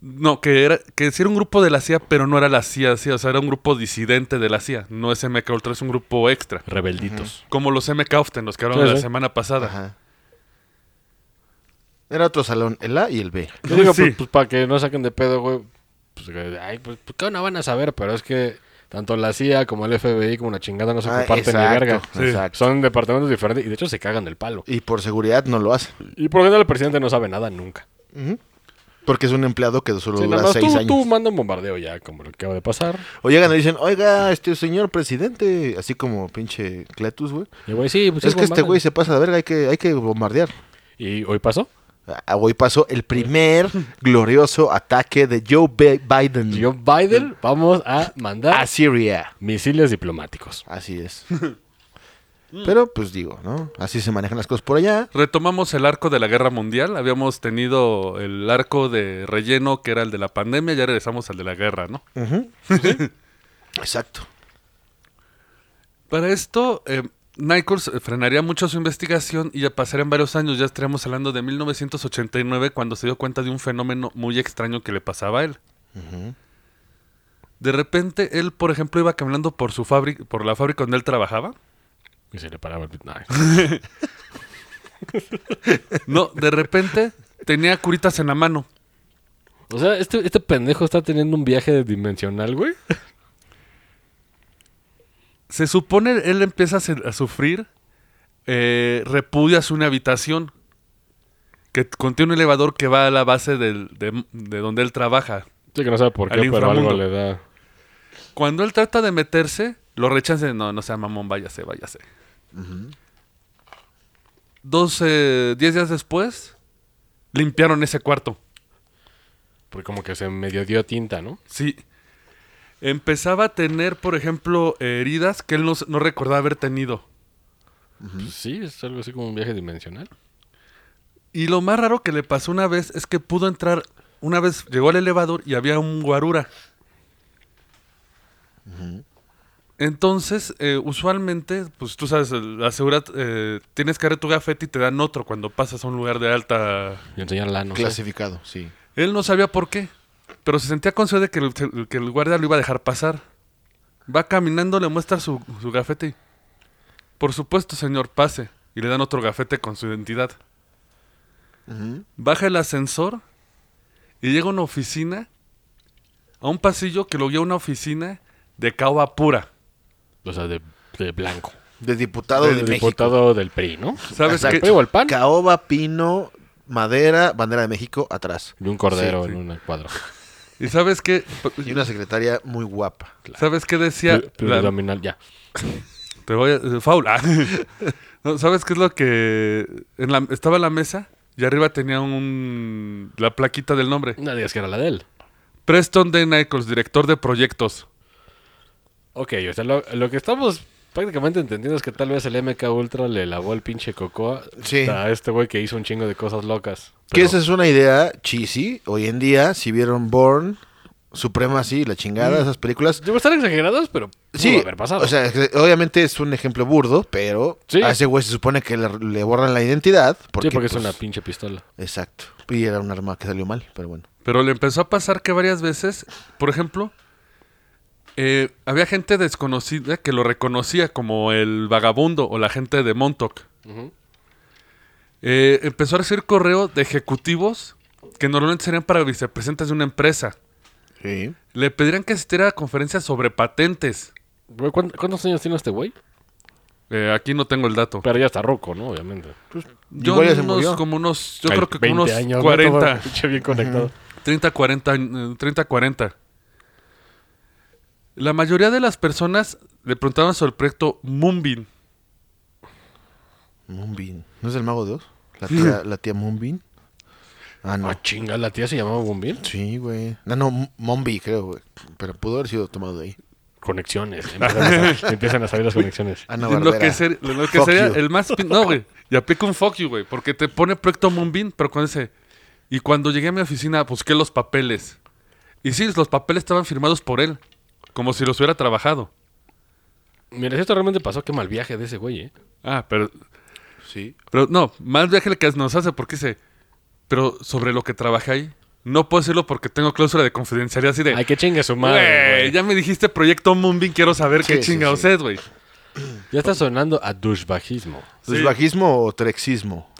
No, que era, que sí era un grupo de la CIA, pero no era la CIA, CIA, o sea, era un grupo disidente de la CIA. No es MK Ultra, es un grupo extra. Rebelditos. Como los MK Often, los que hablamos Sí, la sí. semana pasada. Ajá. Era otro salón, el A y el B. Yo digo, Sí. pues, pues, para que no saquen de pedo, güey. Pues, que, ay, pues, pues, ¿qué no van a saber? Pero es que tanto la CIA como el FBI como la chingada no se Ah, comparten ni exacto, verga. Sí. exacto. Son departamentos diferentes y de hecho se cagan del palo. Y por seguridad no lo hace. Y por lo general el presidente no sabe nada nunca. Porque es un empleado que solo Sí, nada dura más seis tú, años. tú manda un bombardeo ya, como lo que acaba de pasar. O llegan y dicen, oiga, este señor presidente, así como pinche Cletus, güey. Y güey, sí, pues sí, es que este bombardean. güey se pasa de verga, hay que, hay que bombardear. ¿Y hoy pasó? Ah, Hoy pasó el primer glorioso ataque de Joe Bi- Biden Joe Biden, vamos a mandar a Siria. misiles diplomáticos. Así es. Mm. Pero pues digo, ¿no? Así se manejan las cosas por allá. Retomamos el arco de la guerra mundial. Habíamos tenido el arco de relleno, que era el de la pandemia, ya regresamos al de la guerra, ¿no? Exacto. Para esto, eh, Nichols eh, frenaría mucho su investigación y ya pasarían varios años. Ya estaríamos hablando de 1989 cuando se dio cuenta de un fenómeno muy extraño que le pasaba a él. De repente, él, por ejemplo, iba caminando por su fábrica, por la fábrica donde él trabajaba. Y se le paraba el... ay. No, de repente tenía curitas en la mano. O sea, este, este pendejo está teniendo un viaje dimensional, güey. Se supone él empieza a, se- a sufrir eh, repudio hacia una habitación que contiene un elevador que va a la base del- de- de donde él trabaja. Sí, que no sabe por Al qué, pero algo inframundo. le da. Cuando él trata de meterse, lo rechazan. No, no sea mamón, váyase, váyase. Dos, eh, diez días después, limpiaron ese cuarto. Porque pues, como que se medio dio tinta, ¿no? Sí. Empezaba a tener, por ejemplo, heridas que él no, no recordaba haber tenido. Pues sí, es algo así como un viaje dimensional. Y lo más raro que le pasó una vez es que pudo entrar. Una vez llegó al elevador y había un guarura. Entonces, eh, usualmente, pues tú sabes, el- la seguridad, eh, tienes que agarrar tu gafete y te dan otro cuando pasas a un lugar de alta. Y enseñar lano. sí. Clasificado, sí. Él no sabía por qué, pero se sentía consciente de que el, que el guardia lo iba a dejar pasar. Va caminando, le muestra su, su gafete y, por supuesto, señor, pase. Y le dan otro gafete con su identidad. Ujú. Baja el ascensor y llega a una oficina, a un pasillo que lo guía a una oficina de caoba pura. O sea, de, de blanco. De diputado de, Del México. diputado del PRI, ¿no? ¿Sabes Exacto. qué? El PRI o el PAN. Caoba, pino, madera, bandera de México atrás. Y un cordero Sí, sí. en un cuadro. ¿Y sabes qué? Y una secretaria muy guapa. ¿Sabes qué decía? Pl- la- Pluridominal, ya. te voy a... eh, Faul, ah. No, ¿Sabes qué es lo que... en la- estaba en la mesa y arriba tenía un... la plaquita del nombre. No digas que era la de él. Preston D. Nichols, director de proyectos. Ok, o sea, lo, lo que estamos prácticamente entendiendo es que tal vez el MK Ultra le lavó el pinche cocoa Sí. a este güey que hizo un chingo de cosas locas. Que Pero- esa es una idea cheesy. Hoy en día, si vieron Born, Supremacy, La Chingada, esas películas. Debo estar exagerados, pero pudo Sí, haber pasado. o sea, que obviamente es un ejemplo burdo, pero Sí. a ese güey se supone que le, le borran la identidad. Porque, sí, porque es pues, una pinche pistola. Exacto. Y era un arma que salió mal, pero bueno. Pero le empezó a pasar que varias veces, por ejemplo, eh, había gente desconocida que lo reconocía como el vagabundo o la gente de Montauk. Eh, empezó a recibir correo de ejecutivos que normalmente serían para vicepresidentes de una empresa. Sí. Le pedirían que asistiera a conferencias sobre patentes. Güey, ¿cuán- ¿Cuántos años tiene este güey? Eh, aquí no tengo el dato. Pero ya está roco, ¿no? Obviamente. Yo Igual ya se unos- murió. como unos, yo Ay, creo que como unos 20 años, ¿no? 40. Todo pinche bien conectado. 30, 40, eh, 30, 40. La mayoría de las personas le preguntaban sobre el proyecto Moonbeam. Moonbeam. ¿No es el mago de Dios? La tía, la tía Moonbeam. Ah, no. Ah, chinga, la tía se llamaba Bombín. Sí, güey. No, no, M- Mombi, creo, güey. Pero pudo haber sido tomado de ahí. Conexiones. Empiezan a, sa- empiezan a salir las conexiones. Ana lo Barbera. que, ser- lo que Fuck sería you. el más... pin- No, güey. Y aplica un fuck you, güey. Porque te pone proyecto Moonbeam, pero con ese... Y cuando llegué a mi oficina busqué los papeles. Y sí, los papeles estaban firmados por él. Como si los hubiera trabajado. Mira, si esto realmente pasó, qué mal viaje de ese güey, ¿eh? Ah, pero... Sí. Pero no, más viaje el que nos hace porque dice... Pero sobre lo que trabajé ahí... No puedo decirlo porque tengo cláusula de confidencialidad así de... Ay, que chingue su Güey, madre. güey. Ya... ya me dijiste proyecto Moonbeam, quiero saber Sí, qué sí, chingados sí. es, güey. está sonando a douchebajismo. ¿Desbajismo Pues o trexismo?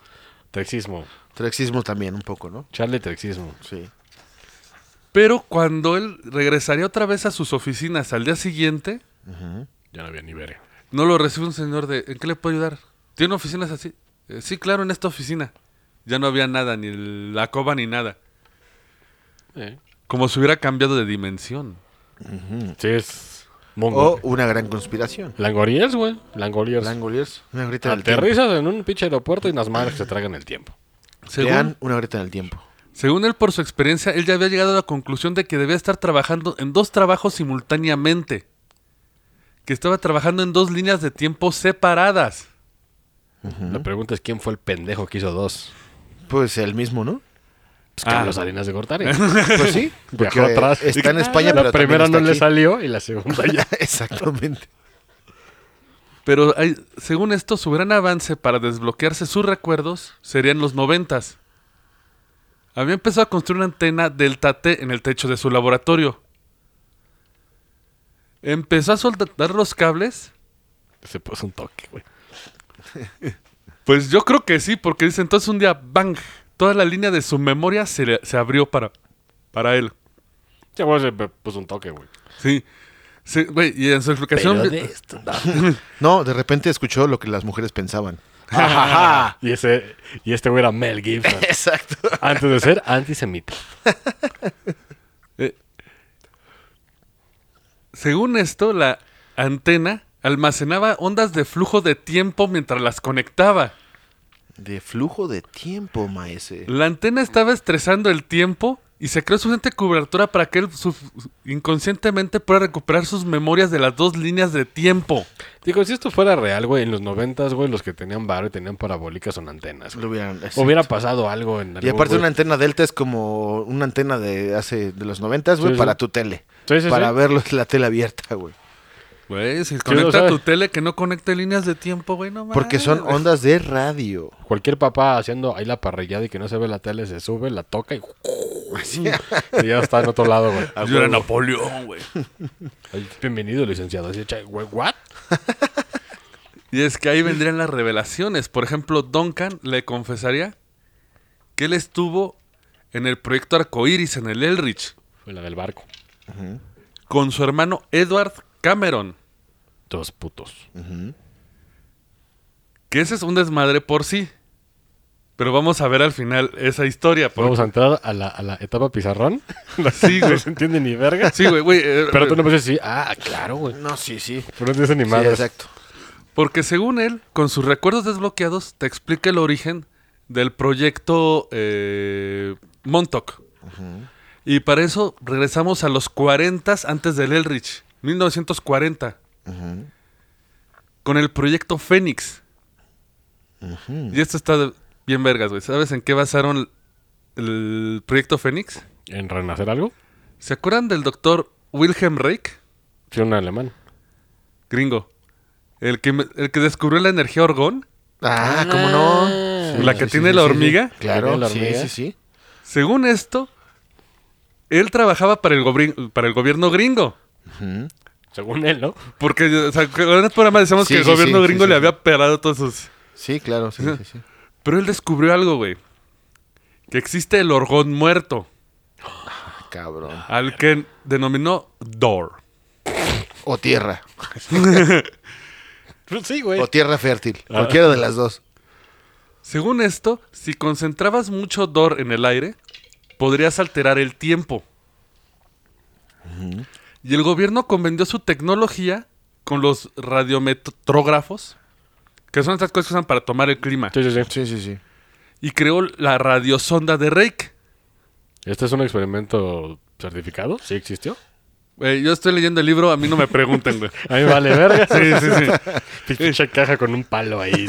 Texismo. Trexismo también, un poco, ¿no? Charlie Texismo. Sí. Pero cuando él regresaría otra vez a sus oficinas al día siguiente, Ya no había ni ver. no lo recibe un señor de, ¿en qué le puedo ayudar? ¿Tiene oficinas así? "Eh, sí, claro, en esta oficina. Ya no había nada, ni el- la coba ni nada. Eh. Como si hubiera cambiado de dimensión. Sí, es mongo. O una gran conspiración. Langoliers, güey. Langoliers. Langoliers. Una grita en el tiempo. Aterrizas en un pinche aeropuerto y unas madres que se tragan el tiempo. Según, Lean una grita en el tiempo. según él, por su experiencia, él ya había llegado a la conclusión de que debía estar trabajando en dos trabajos simultáneamente. Que estaba trabajando en dos líneas de tiempo separadas. La pregunta es quién fue el pendejo que hizo dos. Pues el mismo, ¿no? Pues Ah. Carlos Salinas de Gortari. Pues sí. Porque Viajó atrás. está en España, la pero también primera no está le aquí. salió y la segunda ya. Exactamente. Pero hay- según esto, su gran avance para desbloquearse sus recuerdos serían los noventas. Había empezado a construir una antena Delta T en el techo de su laboratorio. Empezó a soldar los cables, Se puso un toque, güey. Pues yo creo que sí, porque dice entonces un día, bang, toda la línea de su memoria se, le- se abrió para, para él. Ya, güey, se me puso un toque, güey. Sí. Sí, güey, y en su explicación... Pero de esto, no. No, de repente escuchó lo que las mujeres pensaban. Y, ese, y este güey era Mel Gibson. Exacto. antes de ser antisemita. Eh, según esto, la antena almacenaba ondas de flujo de tiempo mientras las conectaba. De flujo de tiempo, maese. La antena estaba estresando el tiempo y se creó suficiente cobertura para que él su- inconscientemente pueda recuperar sus memorias de las dos líneas de tiempo. Digo, si esto fuera real, güey, en los noventas, güey, los que tenían bar y tenían parabólicas son antenas. güey. Lo hubieran- exacto. Hubiera pasado algo en Y algún, aparte güey. una antena delta es como una antena de hace de los noventas, güey, Sí, sí. para tu tele. Sí, sí, para sí. verlo la tele abierta, güey. Güey, si lo conecta sabe. tu tele que no conecte líneas de tiempo, güey, no Porque son mames. ondas de radio. Cualquier papá haciendo ahí la parrillada y que no se ve la tele, se sube, la toca y... y ya está en otro lado, güey. Ah, Ah, Yo era Napoleón, güey. Ay, Bienvenido, licenciado. Así, chay, güey, ¿what? Y es que ahí vendrían las revelaciones. Por ejemplo, Duncan le confesaría que él estuvo en el proyecto Arcoiris en el Elrich Fue la del barco. con su hermano Edward Cameron. Dos putos. Que ese es un desmadre por sí. Pero vamos a ver al final esa historia. porque- Vamos a entrar a la, a la etapa pizarrón. Sí, güey. No se entiende ni verga. Sí, güey, güey. eh, Pero tú no puedes decir, ah, claro, güey. No, sí, sí. Pero no entiendes ni Sí, madres. exacto. Porque según él, con sus recuerdos desbloqueados, te explica el origen del proyecto eh, Montauk. Y para eso regresamos a los 40 antes del Elrich, 1940, con el proyecto Fénix. Y esto está de- bien vergas, güey. ¿Sabes en qué basaron el proyecto Fénix? ¿En renacer algo? ¿Se acuerdan del doctor Wilhelm Reich? Sí, un alemán. Gringo. El que, el que descubrió la energía orgón. Ah, ¿cómo no? Sí, Ah. La sí, que sí, tiene sí, la sí, sí. hormiga. Claro, La que sí, tiene la sí, sí. Según esto, él trabajaba para el, gobri- para el gobierno gringo. Según él, ¿no? Porque o sea, que en el programa decíamos Sí, que el sí, gobierno sí, gringo sí, sí. le había pelado todos sus... Sí, claro, sí, sí, sí. Pero él descubrió algo, güey. Que existe el orgón muerto, Ah, Cabrón. al que denominó Door. O tierra. Pues Sí, güey. O tierra fértil. Ah. Cualquiera de las dos. Según esto, si concentrabas mucho Dor en el aire, podrías alterar el tiempo. Y el gobierno convendió su tecnología con los radiometrógrafos, que son estas cosas que usan para tomar el clima, Sí, sí, sí. Sí, sí, sí. y creó la radiosonda de Reik. ¿Este es un experimento certificado? ¿Sí existió? Güey, yo estoy leyendo el libro, a mí no me pregunten, güey. A mí me vale verga. Sí, sí, sí. Pinche caja con un palo ahí.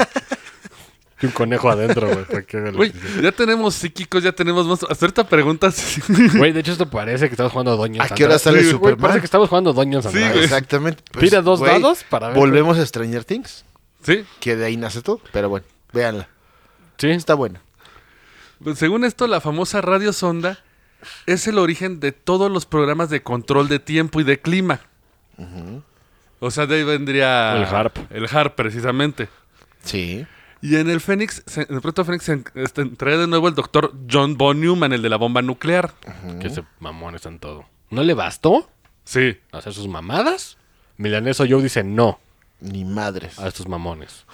Y un conejo adentro, güey. ¿Para qué me lo Güey, hiciste? ya tenemos psíquicos, ya tenemos monstruos. Hasta ahorita preguntas. sí, Güey, de hecho esto parece que estamos jugando Doño ¿A qué hora sale Superman? Parece que estamos jugando Doño Sandra. güey. Ah, Exactamente. Pues, Tira dos güey, dados para ver. Volvemos a Stranger Things, que de ahí nace todo. Pero bueno, véanla. Sí, Está buena. Pues, Según esto, la famosa radio sonda es el origen de todos los programas de control de tiempo y de clima. O sea, de ahí vendría... El HARP. El HARP, precisamente. Sí. Y en el Fénix, se- en el proyecto Fénix, se en- este, entraría de nuevo el doctor John von Neumann, el de la bomba nuclear. que ese mamón está en todo. ¿No le bastó Sí. hacer sus mamadas? Milaneso Joe dice no Ni madres. Ah, a estos mamones.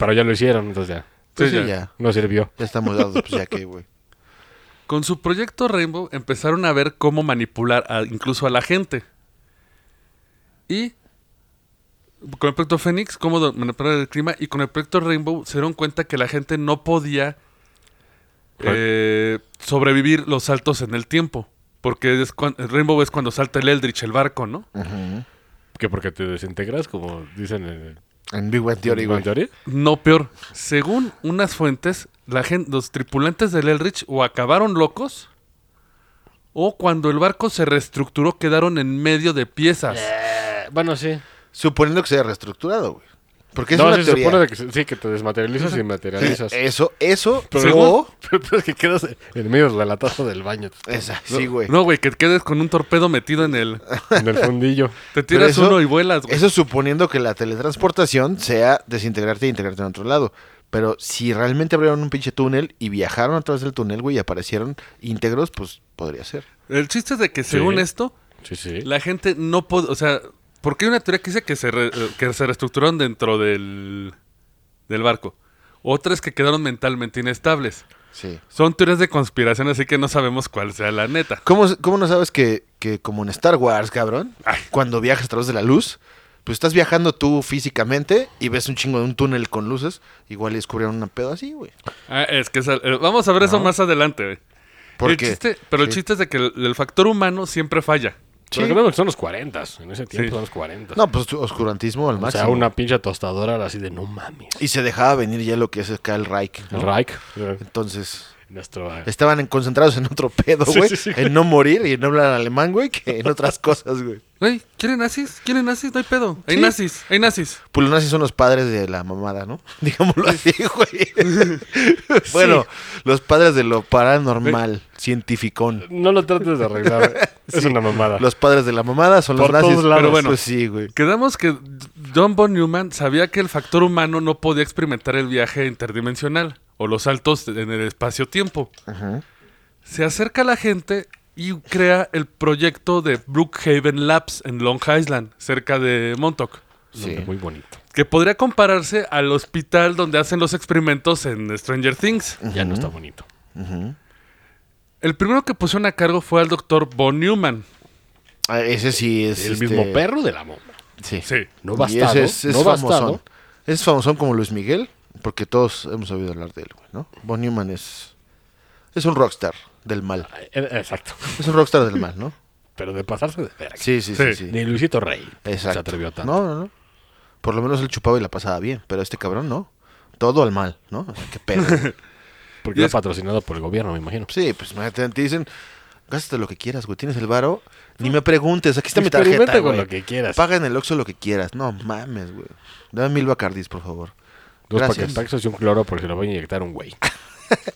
Pero ya lo hicieron, entonces ya. Pues sí, sí, ya. ya. ya. No sirvió. estamos dados, pues ya que, güey. Con su proyecto Rainbow empezaron a ver cómo manipular a- incluso a la gente. Y con el proyecto Fénix, cómo do- manipular el clima. Y con el proyecto Rainbow se dieron cuenta que la gente no podía eh, sobrevivir los saltos en el tiempo. Porque es cuan- el Rainbow es cuando salta el Eldritch, el barco, ¿no? Que porque te desintegras, como dicen en En Big Bang Theory, güey. Theory. No, peor. Según unas fuentes, la gen- los tripulantes del Elrich o acabaron locos o cuando el barco se reestructuró quedaron en medio de piezas. Eh, bueno, sí. Suponiendo que sea reestructurado, güey. Porque es no, una sí, se teoría. supone de que, sí, que te desmaterializas y materializas. Eso, eso, Pero, o- pero es que quedas en medio del latazo del baño, Esa, sí, güey. No, güey, que te quedes con un torpedo metido en el... en el fundillo. Te Pero tiras eso- uno y vuelas, güey. Eso suponiendo que la teletransportación sea desintegrarte e integrarte en otro lado. Pero si realmente abrieron un pinche túnel y viajaron a través del túnel, güey, y aparecieron íntegros, pues podría ser. El chiste es de que según Sí. esto, Sí, sí. la gente no puede, o sea, porque hay una teoría que dice que se, re- eh, que se reestructuraron dentro del, del barco. Otra es que quedaron mentalmente inestables. Sí. Son teorías de conspiración, así que no sabemos cuál sea la neta. ¿Cómo, cómo no sabes que, que como en Star Wars, cabrón, cuando viajas a través de la luz, pues estás viajando tú físicamente y ves un chingo de un túnel con luces, igual y descubrieron una pedo así, güey. Ah, es que esa- eh, vamos a ver eso más adelante. güey. ¿Por El qué? chiste- pero el Sí. chiste es de que el, el factor humano siempre falla. Sí. Pero recordemos que son los 40. En ese tiempo Sí. son los 40. No, pues tu- oscurantismo al o máximo. sea, una pinche tostadora era así de no mames. Y se dejaba venir ya lo que es acá el Reich. ¿no? El Reich. eh, Entonces, Nuestro, eh, estaban en- concentrados en otro pedo, Sí, güey. sí, sí, en no morir y en no hablar alemán, güey, que en otras cosas, güey. Güey, ¿quieren nazis? ¿Quieren nazis? No hay pedo. Hay Sí. nazis, hay nazis. Pues los nazis son los padres de la mamada, ¿no? Digámoslo así, güey. bueno, los padres de lo paranormal, científicón. No lo trates de arreglar. eh. Es una mamada. Los padres de la mamada son los Por nazis. todos lados. Pero bueno. bueno, pues sí, güey. Quedamos que John von Neumann sabía que el factor humano no podía experimentar el viaje interdimensional o los saltos en el espacio-tiempo. Se acerca a la gente y crea el proyecto de Brookhaven Labs en Long Island, cerca de Montauk, Sí. Muy bonito. que podría compararse al hospital donde hacen los experimentos en Stranger Things. Ya no está bonito. El primero que pusieron a cargo fue al doctor Von Neumann. Ah, Ese sí es. El este, mismo perro de la bomba. Sí. Sí. No Y bastado. ese es, es no famosón. bastado. Ese es famosón como Luis Miguel, porque todos hemos oído hablar de él, güey, ¿no? Von Newman es. Es un rockstar del mal. Eh, eh, Exacto. Es un rockstar del mal, ¿no? Pero de pasarse de verga. Sí, sí, sí. Sí. sí. Ni Luisito Rey se Exacto. atrevió tanto. No, no, no. Por lo menos él chupaba y la pasaba bien, pero este cabrón no. Todo al mal, ¿no? O sea, qué pedo. güey. Porque Y era es- patrocinado por el gobierno, me imagino. sí, pues imagínate, te dicen, gástate lo que quieras, güey. Tienes el varo, ni me preguntes, aquí está mi Experimenta tarjeta, con güey. lo que quieras. Paga en el Oxxo lo que quieras. No mames, güey. Dame mil bacardis, por favor. Dos Gracias. paquetaxos y un cloro porque se lo va a inyectar un güey.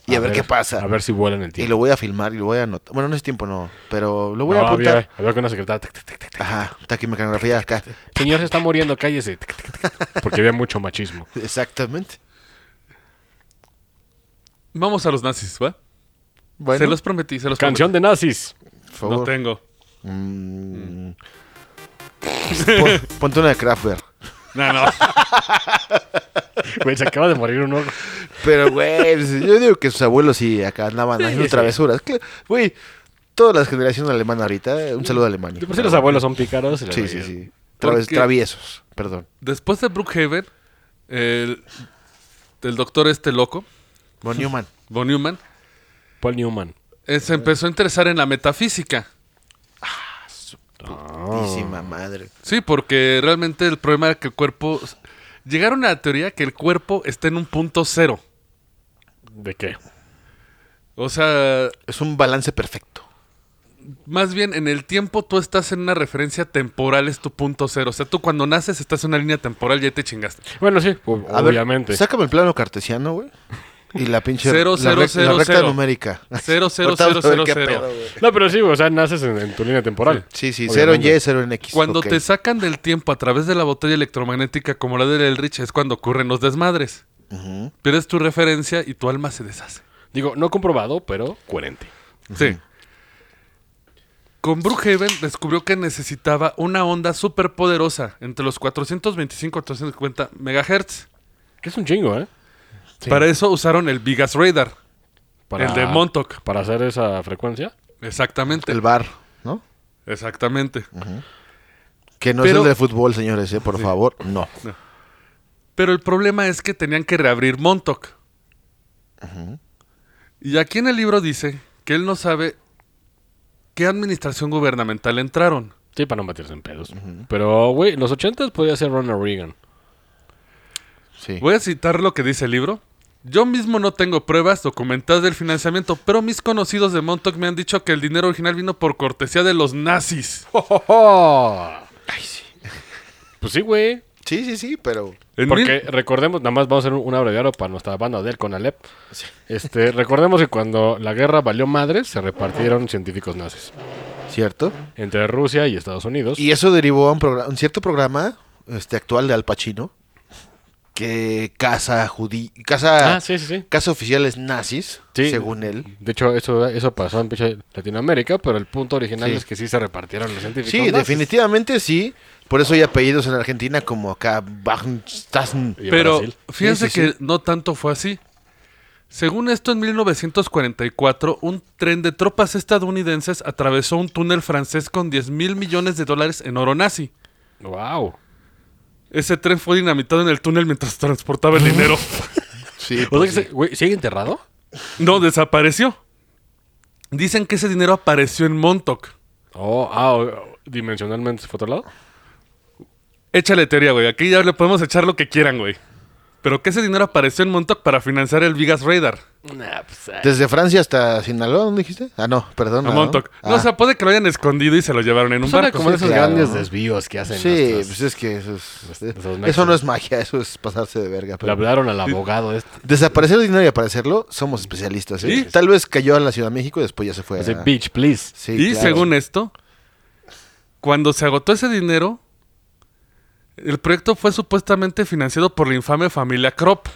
Y a, ver, qué pasa. A ver si vuelan el Y tiempo. lo voy a filmar y lo voy a anotar. Bueno, en ese tiempo no, pero lo voy No, a apuntar. Había, había con una secretaria. tac, tac, tac, tac, tac. Ajá, taquimecanografía acá. Señor, se está muriendo, cállese. Tac, tac, tac, tac. Porque había mucho machismo. Exactamente. Vamos a los nazis, ¿va? Bueno, Se los prometí, se los Canción de nazis. por prometí. No favor. tengo. Mm. Pon- ponte una de Kraftwerk. No, no. Güey, se acaba de morir un ojo. Pero, güey, pues, yo digo que sus abuelos sí acá andaban haciendo travesuras. Que, Güey, todas las generaciones alemanas ahorita, eh, un saludo a Alemania. De por sí los abuelos son pícaros. Sí, sí, sí. ¿Por Traves- qué? traviesos, perdón. Después de Brookhaven, el, el doctor este loco, Von Neumann. Von Neumann, Paul Newman. eh, se empezó a interesar en la metafísica. Oh. Putísima madre. Sí, porque realmente el problema era que el cuerpo... Llegaron a la teoría que el cuerpo está en un punto cero. ¿De qué? O sea, Es un balance perfecto. más bien en el tiempo tú estás en una referencia temporal, es tu punto cero. O sea, tú cuando naces estás en una línea temporal y ahí te chingaste. Bueno, sí, ob- A ver, obviamente. sácame el plano cartesiano, güey. Y la pinche. Cero, la cero, rec- cero, La recta cero. numérica. Cero, cero, Ahorita vamos a ver cero, qué cero, pedo, cero. güey. No, pero sí, o sea, naces en, en tu línea temporal. Sí, sí, cero en Obviamente. Y, cero en X. Cuando ok. te sacan del tiempo a través de la botella electromagnética como la del Elrich es cuando ocurren los desmadres. Ujú. Pierdes tu referencia y tu alma se deshace. Digo, no comprobado, pero coherente. Sí. Con Brookhaven descubrió que necesitaba una onda superpoderosa entre los 425 y 450 megahertz. Que es un chingo, ¿eh? Para eso usaron el Bigas Radar. Para- El de Montauk. Para hacer esa frecuencia. Exactamente. El bar, ¿no? Exactamente. Que no Pero- es el de fútbol, señores, ¿eh? por favor, no. Pero el problema es que tenían que reabrir Montauk. Y aquí en el libro dice que él no sabe qué administración gubernamental entraron. Sí, para no meterse en pedos. Pero, güey, en los 80 podía ser Ronald Reagan. Sí. Voy a citar lo que dice el libro. Yo mismo no tengo pruebas documentadas del financiamiento, pero mis conocidos de Montauk me han dicho que el dinero original vino por cortesía de los nazis. oh! Ay, sí. Pues sí, güey. sí, sí, sí, pero. En Porque mil- recordemos, nada más vamos a hacer un, un abreviado para nuestra banda del Conalep. Este, recordemos que cuando la guerra valió madres, se repartieron científicos nazis ¿Cierto? entre Rusia y Estados Unidos. Y eso derivó a un, progra- un cierto programa este, actual de Al Pacino, que casa judí, casa, Ah, sí, sí, sí. casa oficiales nazis, Sí. según él. De hecho, eso, eso pasó en pinche Latinoamérica, pero el punto original Sí. es que sí se repartieron los científicos. Sí, nazis. definitivamente sí. Por eso hay apellidos en Argentina como acá Bachstassen. Y en Pero Brasil. fíjense Sí, sí, que no tanto fue así. Según esto, en 1944, un tren de tropas estadounidenses atravesó un túnel francés con 10 mil millones de dólares en oro nazi. Wow. Ese tren fue dinamitado en el túnel mientras transportaba ¿Eh? el dinero. Sí, O sea pues que sí. se- güey, ¿Sigue enterrado? No, desapareció. Dicen que ese dinero apareció en Montauk. Oh, ah, o- o- dimensionalmente se fue a otro lado. Échale teoría, güey. Aquí ya le podemos echar lo que quieran, güey. Pero que ese dinero apareció en Montauk para financiar el Vigas Radar. Nah, pues, ah. Desde Francia hasta Sinaloa, ¿dónde dijiste? Ah, no, perdón. A ¿no? Montauk. No, Ah, Pues o sea, puede que lo hayan escondido y se lo llevaron en un Suena barco. como de sí, esos claro. grandes desvíos que hacen. sí, nuestros- pues es que eso es, Nuestros eso mexas. no es magia, eso es pasarse de verga. Le pero- hablaron al abogado este. Desaparecer el dinero y aparecerlo, somos especialistas. Sí. ¿eh? Tal vez cayó a la Ciudad de México y después ya se fue. Así, a- bitch, please. Sí, y claro. según esto, cuando se agotó ese dinero, el proyecto fue supuestamente financiado por la infame familia Kropp.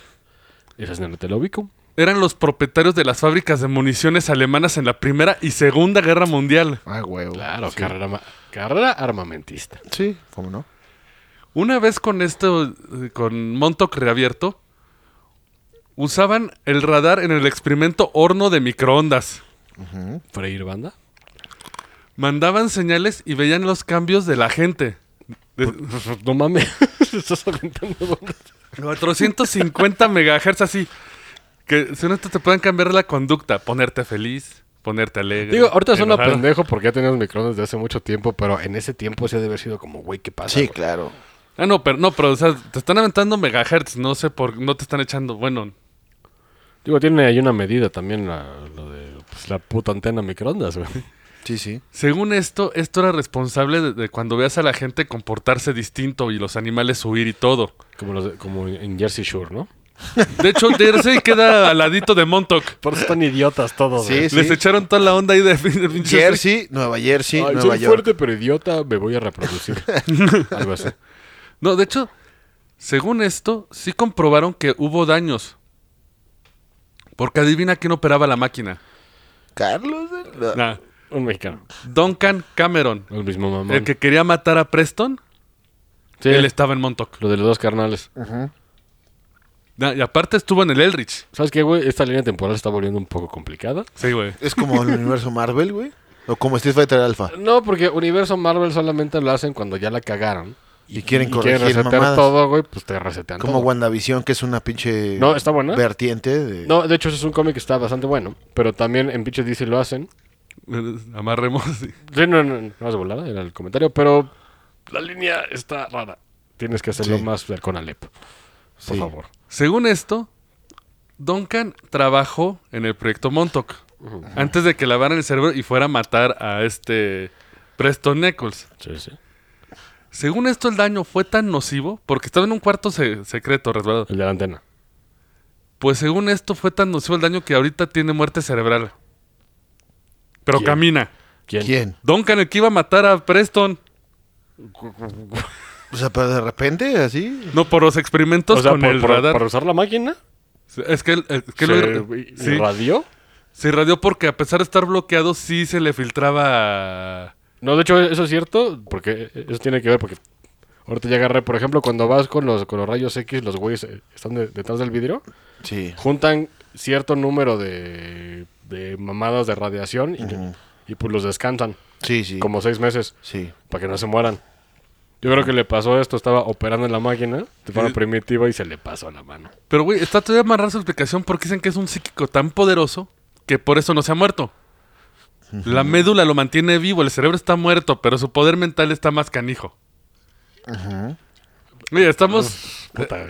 Y dices, no te lo ubico. Eran los propietarios de las fábricas de municiones alemanas en la Primera y Segunda Guerra Mundial. Ah, huevo. Claro, sí. carrera, ma- carrera armamentista. Sí, ¿cómo no? Una vez con esto, eh, con Montauk reabierto, usaban el radar en el experimento horno de microondas. Freír banda. Mandaban señales y veían los cambios de la gente. De No mames. Estás aventando bombas. 450 megahertz así. Que si no te, te pueden cambiar la conducta. Ponerte feliz, ponerte alegre. Digo, ahorita suena enojado. pendejo porque ya teníamos microondas desde hace mucho tiempo, pero en ese tiempo sí ha de haber sido como, güey, ¿qué pasa? Sí, güey? claro. Ah, no, pero no, pero o sea, te están aventando megahertz. No sé por no te están echando. Bueno, Digo, tiene ahí una medida también la, lo de pues, la puta antena microondas, güey. Sí, sí. según esto, esto era responsable de, de cuando veas a la gente comportarse distinto y los animales huir y todo. Como, los de- como en Jersey Shore, ¿no? De hecho, Jersey queda al ladito de Montauk. Por eso están idiotas todos, Sí, güey. sí. Les echaron toda la onda ahí de, de pinches- Jersey, Nueva Jersey, Ay, Nueva soy York. fuerte pero idiota, me voy a reproducir. Algo así. No, de hecho, según esto, sí comprobaron que hubo daños. Porque adivina quién operaba la máquina. Carlos. ¿eh? No. Nah, Un mexicano. Duncan Cameron, El mismo mamón. el que quería matar a Preston, Sí, él estaba en Montauk. lo de los dos carnales. Nah, Ah, y aparte estuvo en el Elrich. ¿Sabes qué, güey? Esta línea temporal se está volviendo un poco complicada. Sí, güey. Es como el universo Marvel, güey. O como Street Fighter Alpha. No, porque Universo Marvel solamente lo hacen cuando ya la cagaron. Y quieren corregir resetear mamadas. todo, güey, pues te resetean Como todo. WandaVision, que es una pinche No, está buena. vertiente de. No, de hecho, ese es un cómic que está bastante bueno. Pero también en pinche DC lo hacen. Amarremos. sí. Sí, no, no, no, no es volada, era el comentario. Pero la línea está rara. Tienes que hacerlo Sí. más ver con Alep. Por Sí. favor. Según esto, Duncan trabajó en el proyecto Montauk. Antes de que lavaran el cerebro y fuera a matar a este Preston Nichols. Sí, sí. Según esto, el daño fue tan nocivo, porque estaba en un cuarto se- secreto, resguardado. El de la antena. Pues según esto, fue tan nocivo el daño que ahorita tiene muerte cerebral. Pero ¿Quién? camina. ¿Quién? ¿Quién? Duncan, el que iba a matar a Preston. O sea, pero de repente, así. No, por los experimentos O sea, con por, el por- radar. por usar la máquina. Es que, el- es que se lo- eh, sí, irradió. se irradió porque a pesar de estar bloqueado, sí se le filtraba... No, de hecho, eso es cierto, porque eso tiene que ver, porque ahorita ya agarré, por ejemplo, cuando vas con los, con los rayos X, los güeyes eh, están de- detrás del vidrio, Sí. juntan cierto número de, de mamadas de radiación y, y, pues los descansan, Sí, sí. como seis meses, Sí. para que no se mueran. Yo creo que le pasó esto, estaba operando en la máquina, de forma Sí. primitiva, y se le pasó la mano. Pero, güey, está todavía más rara su explicación porque dicen que es un psíquico tan poderoso que por eso no se ha muerto. La médula lo mantiene vivo, el cerebro está muerto, pero su poder mental está más canijo. Mira, estamos... Puta,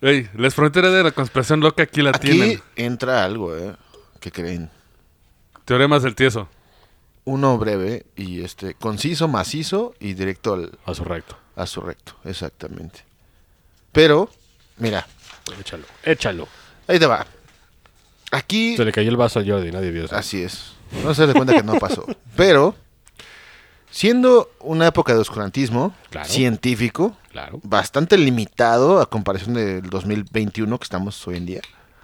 Ey, las fronteras de la conspiración loca aquí la Aquí tienen. entra algo, ¿eh? ¿Qué creen? Teoremas del tieso. Uno breve y este conciso, macizo y directo al, a su recto. a su recto, exactamente. Pero, mira, Échalo, échalo. ahí te va. Aquí, Se le cayó el vaso a Jordi, nadie vio eso. así es. No se da cuenta que no pasó. Pero, siendo una época de oscurantismo Claro. científico, Claro. bastante limitado a comparación del 2021 que estamos hoy en día.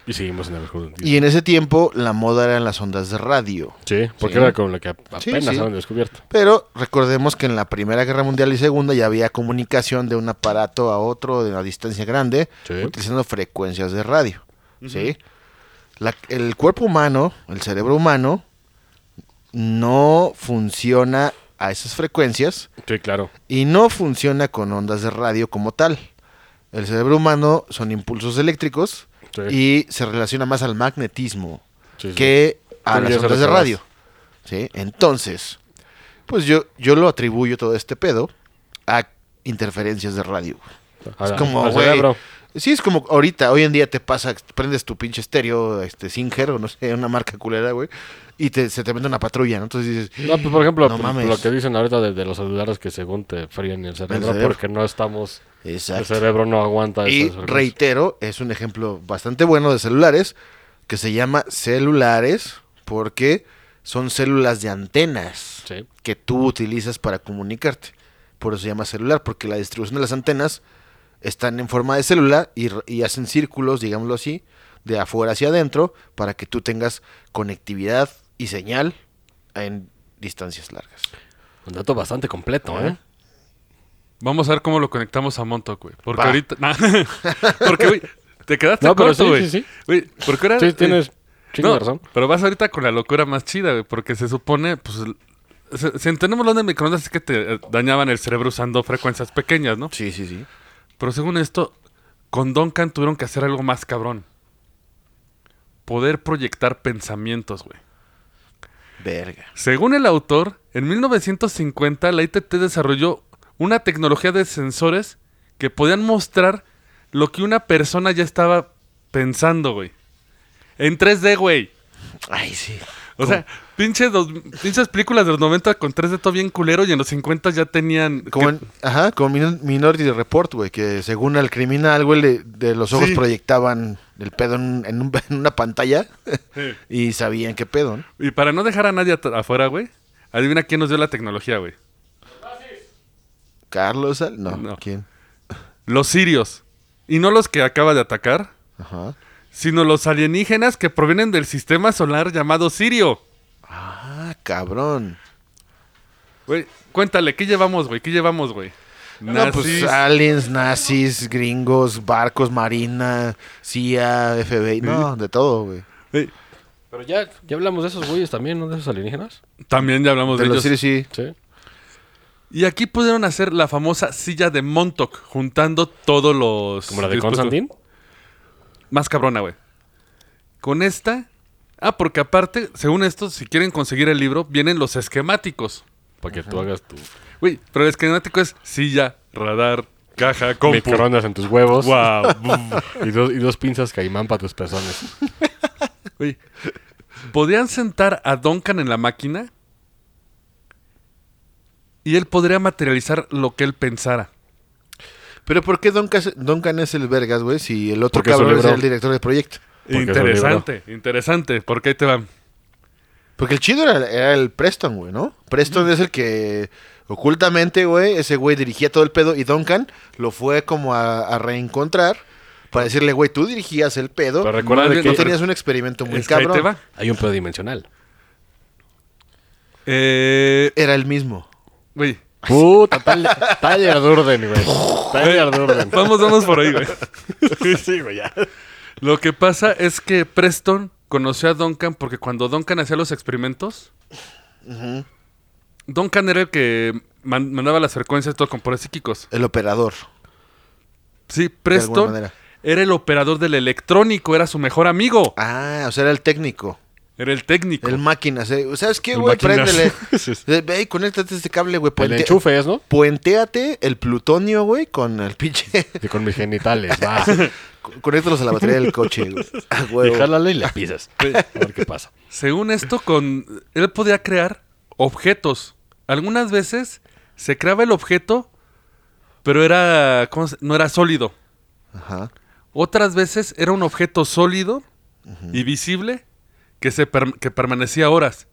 Y seguimos en el descubrimiento. Y en ese tiempo la moda eran las ondas de radio. Sí, porque Sí. era con lo que apenas Sí, sí. habían descubierto. Pero recordemos que en la Primera Guerra Mundial y Segunda ya había comunicación de un aparato a otro de una distancia grande Sí. utilizando frecuencias de radio. ¿sí? La- el cuerpo humano, el cerebro humano, no funciona a esas frecuencias Sí, claro. y no funciona con ondas de radio como tal. El cerebro humano son impulsos eléctricos Sí. y se relaciona más al magnetismo Sí, sí. que a Con las vías ondas de eléctricas. radio. ¿sí? Entonces, pues yo, yo lo atribuyo todo este pedo a interferencias de radio. A- Es a- como, al güey. cerebro. Sí, es como ahorita, hoy en día te pasa, prendes tu pinche estéreo, este, Singer o no sé, una marca culera, güey, y te, se te mete una patrulla, ¿no? Entonces dices, No, pues por ejemplo, No por- mames. lo que dicen ahorita de, de los celulares que según te fríen el cerebro, cerebro. porque no estamos, el exacto. cerebro no aguanta Y esas frecuencias. reitero, es un ejemplo bastante bueno de celulares, que se llama celulares, porque son células de antenas. Sí. que tú utilizas para comunicarte. Por eso se llama celular, porque la distribución de las antenas están en forma de célula y, r- y hacen círculos, digámoslo así, de afuera hacia adentro, para que tú tengas conectividad y señal en distancias largas. Un dato bastante completo, ¿eh? Vamos a ver cómo lo conectamos a Montauk, güey. Porque Va. ahorita. Nah. porque, güey, te quedaste No, pero corto, sí, güey. sí, sí. Güey, porque era. Sí, tienes chingo eh, No, de razón. Pero vas ahorita con la locura más chida, güey. Porque se supone, pues. el- se- Si entendemos lo de microondas es que te eh, dañaban el cerebro usando frecuencias pequeñas, ¿no? Sí, sí, sí. Pero según esto, con Duncan tuvieron que hacer algo más cabrón. Poder proyectar pensamientos, güey. Verga. Según el autor, en 1950 la ITT desarrolló una tecnología de sensores que podían mostrar lo que una persona ya estaba pensando, güey. En 3D, güey. Ay, sí. O sea, pinches, dos- pinches películas de los 90 con 3D todo bien culero y en los 50 ya tenían... Como, que- en- ajá, como Minor- Minority Report, güey, que según al criminal, güey, le- de los ojos Sí. proyectaban el pedo en, en un- en una pantalla y sabían qué pedo, ¿no? Y para no dejar a nadie at- afuera, güey, adivina quién nos dio la tecnología, güey. ¿Carlos? Sal- No. No. ¿Quién? Los sirios. Y no los que acaba de atacar, Ajá. sino los alienígenas que provienen del sistema solar llamado Sirio. Ah, cabrón. Güey, cuéntale, ¿qué llevamos, güey? ¿Qué llevamos, güey? No, pues Nazis. aliens, nazis, gringos, barcos, marina, CIA, FBI, no, de todo, güey. Güey, Pero ya, ya hablamos de esos güeyes también, ¿no? De esos alienígenas. También ya hablamos de, De los ellos. Sirius, sí. Sí. Y aquí pudieron hacer la famosa silla de Montauk, juntando todos los... Como la de dispuestos. Constantin. Más cabrona, güey. Con esta... Ah, porque aparte, según esto, si quieren conseguir el libro, vienen los esquemáticos. Para que tú hagas tu Güey, pero el esquemático es silla, radar, caja, compu. microondas en tus huevos. Guau. Y dos, y dos pinzas caimán para tus pezones. Güey, podrían sentar a Duncan en la máquina y él podría materializar lo que él pensara. Pero ¿por qué Duncan, Duncan es el vergas, güey, si el otro Porque es un cabrón es libro. el director del proyecto? Porque interesante, interesante, porque ahí te van. Porque el chido era, era el Preston, güey, ¿no? Preston es el que ocultamente, güey, ese güey dirigía todo el pedo y Duncan lo fue como a, a reencontrar para decirle, güey, tú dirigías el pedo. Pero recuerda Más de bien que no tenías un experimento muy Es que ahí te cabrón. va. hay un pedo dimensional. Eh, Era el mismo. güey, Puta, tal- Tyler Durden, güey. Tyler Durden. vamos, vamos por ahí, güey. sí, güey, ya. Lo que pasa es que Preston conoció a Duncan porque cuando Duncan hacía los experimentos, Duncan era el que man- mandaba las frecuencias todo con poderes psíquicos. El operador. Sí, alguna Preston manera. era el operador del electrónico, era su mejor amigo, Ah, o sea, era el técnico. era el técnico. El máquinas, eh. ¿sabes qué, El güey? máquinas. Préndele. Sí, sí. Eh, Ve y conéctate a este cable, güey. El Puente- enchufe es, ¿no? Puentéate el plutonio, güey, con el pinche. Y con mis genitales, va. co- Conéctalos a la batería del coche, güey. A Y huevo. jálale y la pisas. A ver qué pasa. Según esto, con él podía crear objetos. Algunas veces se creaba el objeto, pero era ¿cómo se- no era sólido. Ajá. Otras veces era un objeto sólido y visible que, se per- que permanecía horas.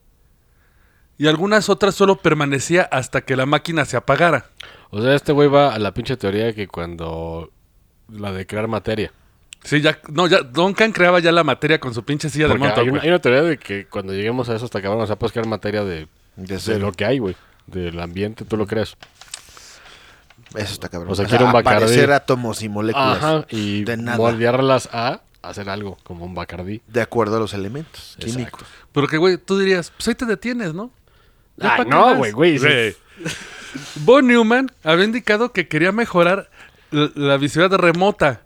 y algunas otras solo permanecía hasta que la máquina se apagara. O sea, este güey va a la pinche teoría que cuando. La de crear materia. Sí, ya, no, ya, Duncan creaba ya la materia con su pinche silla de Porque monta, hay, una, güey. hay una teoría de que cuando lleguemos a eso hasta acabamos, o sea, puedes crear materia de, De de cero. lo que hay, güey. Del ambiente, tú lo creas. Eso está cabrón. O sea, quiero un Bacardí. aparecer átomos y moléculas. Ajá, y de nada. moldearlas a hacer algo, como un bacardí. De acuerdo a los elementos Exacto. químicos. Pero que, güey, tú dirías, pues ahí te detienes, ¿no? Ya, Ay, ¿pa' qué no, más? güey, güey. sí. Von Neumann había indicado que quería mejorar la, la visibilidad remota.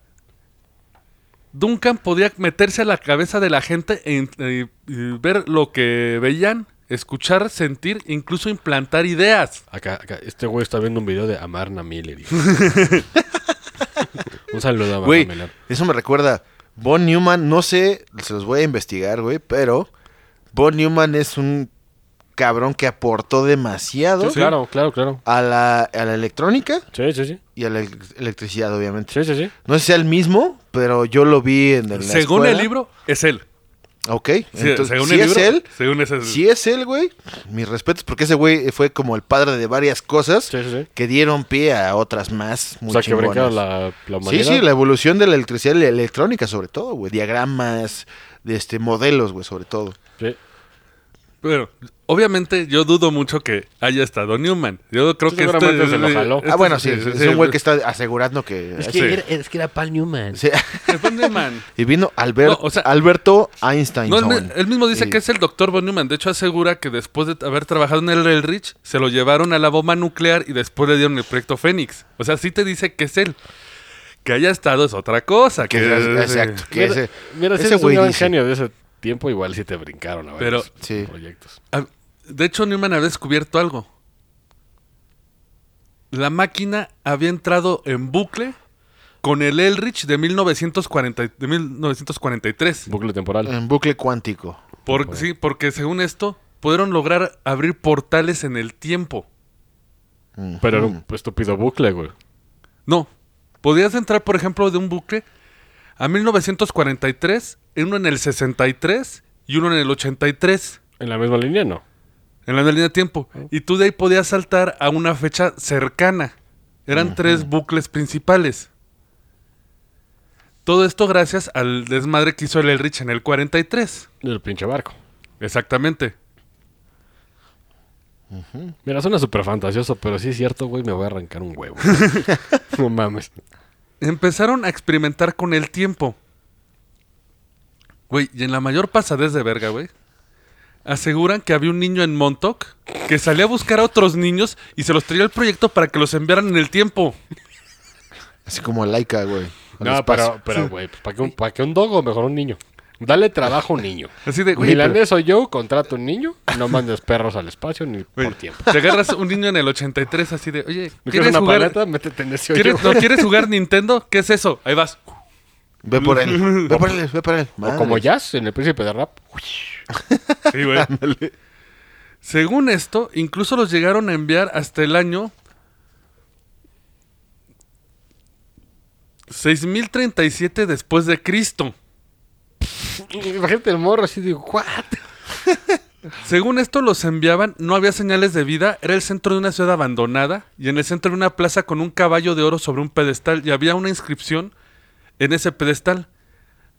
Duncan podía meterse a la cabeza de la gente e in- e- y ver lo que veían, escuchar, sentir, incluso implantar ideas. Acá, acá, este güey está viendo un video de Amarna Miller. hijo. un saludo a Amarna Güey, Miller. eso me recuerda. Von Newman, no sé, se los voy a investigar, güey, pero Von Newman es un cabrón que aportó demasiado Sí, Claro, claro, claro. a, la, a la electrónica Sí, sí, sí. y a la elec- electricidad, obviamente. Sí, sí, sí. No sé si sea el mismo, pero yo lo vi en el. Según el libro, es él. Ok, Sí, entonces, según si el es libro, él, Según ese- si es él, güey, mis respetos, porque ese güey fue como el padre de varias cosas Sí, sí, sí. que dieron pie a otras más. Muy o sea, que brincaron chingonas. la, la Sí, humanidad. sí, la evolución de la electricidad y la electrónica, sobre todo, güey. Diagramas, de este, modelos, güey, sobre todo. Sí. Bueno, obviamente yo dudo mucho que haya estado Newman. Yo creo Sí, que este- seguramente se lo jaló. este- ah, bueno, sí, es un güey que sí. está asegurando que. que Sí. era- Paul Newman. Sí. Von Neumann. y vino Albert- No, o sea- Alberto Einstein. No, él, mi- él mismo dice Sí. que es el doctor von Neumann. De hecho, asegura que después de haber trabajado en el Elrich, se lo llevaron a la bomba nuclear y después le dieron el proyecto Fénix. O sea, sí te dice que es él. Que haya estado es otra cosa. Que que- era- exacto, que Mira, ese, mira, si ese eres un güey gran dice, genio de ese tiempo, igual sí te brincaron a varios Pero- Sí. proyectos. Ah, De hecho, Newman había descubierto algo. La máquina había entrado en bucle con el Elrich de, 1940 y- de 1943. Bucle temporal. En bucle cuántico. Por- sí, porque según esto, pudieron lograr abrir portales en el tiempo. Mm. Pero era un estúpido bucle, güey. No. Podías entrar, por ejemplo, de un bucle a 1943, en uno en el 63 y uno en el 83, En la misma línea, no. en la línea de tiempo. Y tú de ahí podías saltar a una fecha cercana. Eran tres bucles principales. Todo esto gracias al desmadre que hizo el Elrich en el 43. Del pinche barco. Exactamente. Mira, suena súper fantasioso, pero sí es cierto, güey, me voy a arrancar un huevo. no mames. Empezaron a experimentar con el tiempo. Güey, y en la mayor pasadez de verga, güey. Aseguran que había un niño en Montauk que salía a buscar a otros niños y se los traía al proyecto para que los enviaran en el tiempo. Así como laica, güey. al No, espacio. pero, pero, güey, pues, ¿para qué, un- para qué un dogo? Mejor un niño. Dale trabajo a un niño. Así de, güey, Milanés o yo, contrata un niño, no mandes perros al espacio ni güey, por tiempo. te agarras un niño en el 83 así de, oye, ¿No quieres ¿quieres una jugar? paleta? Métete en ese hoyo. ¿Quieres, no, ¿Quieres jugar Nintendo? ¿Qué es eso? Ahí vas. Ve por él, ve por él, ve por él. O Madre. como jazz en el príncipe de rap. Sí, güey. Según esto, incluso los llegaron a enviar hasta el año 6037 después de Cristo. Imagínate el morro así, digo, ¿what? Según esto, los enviaban, no había señales de vida, era el centro de una ciudad abandonada y en el centro de una plaza con un caballo de oro sobre un pedestal y había una inscripción en ese pedestal.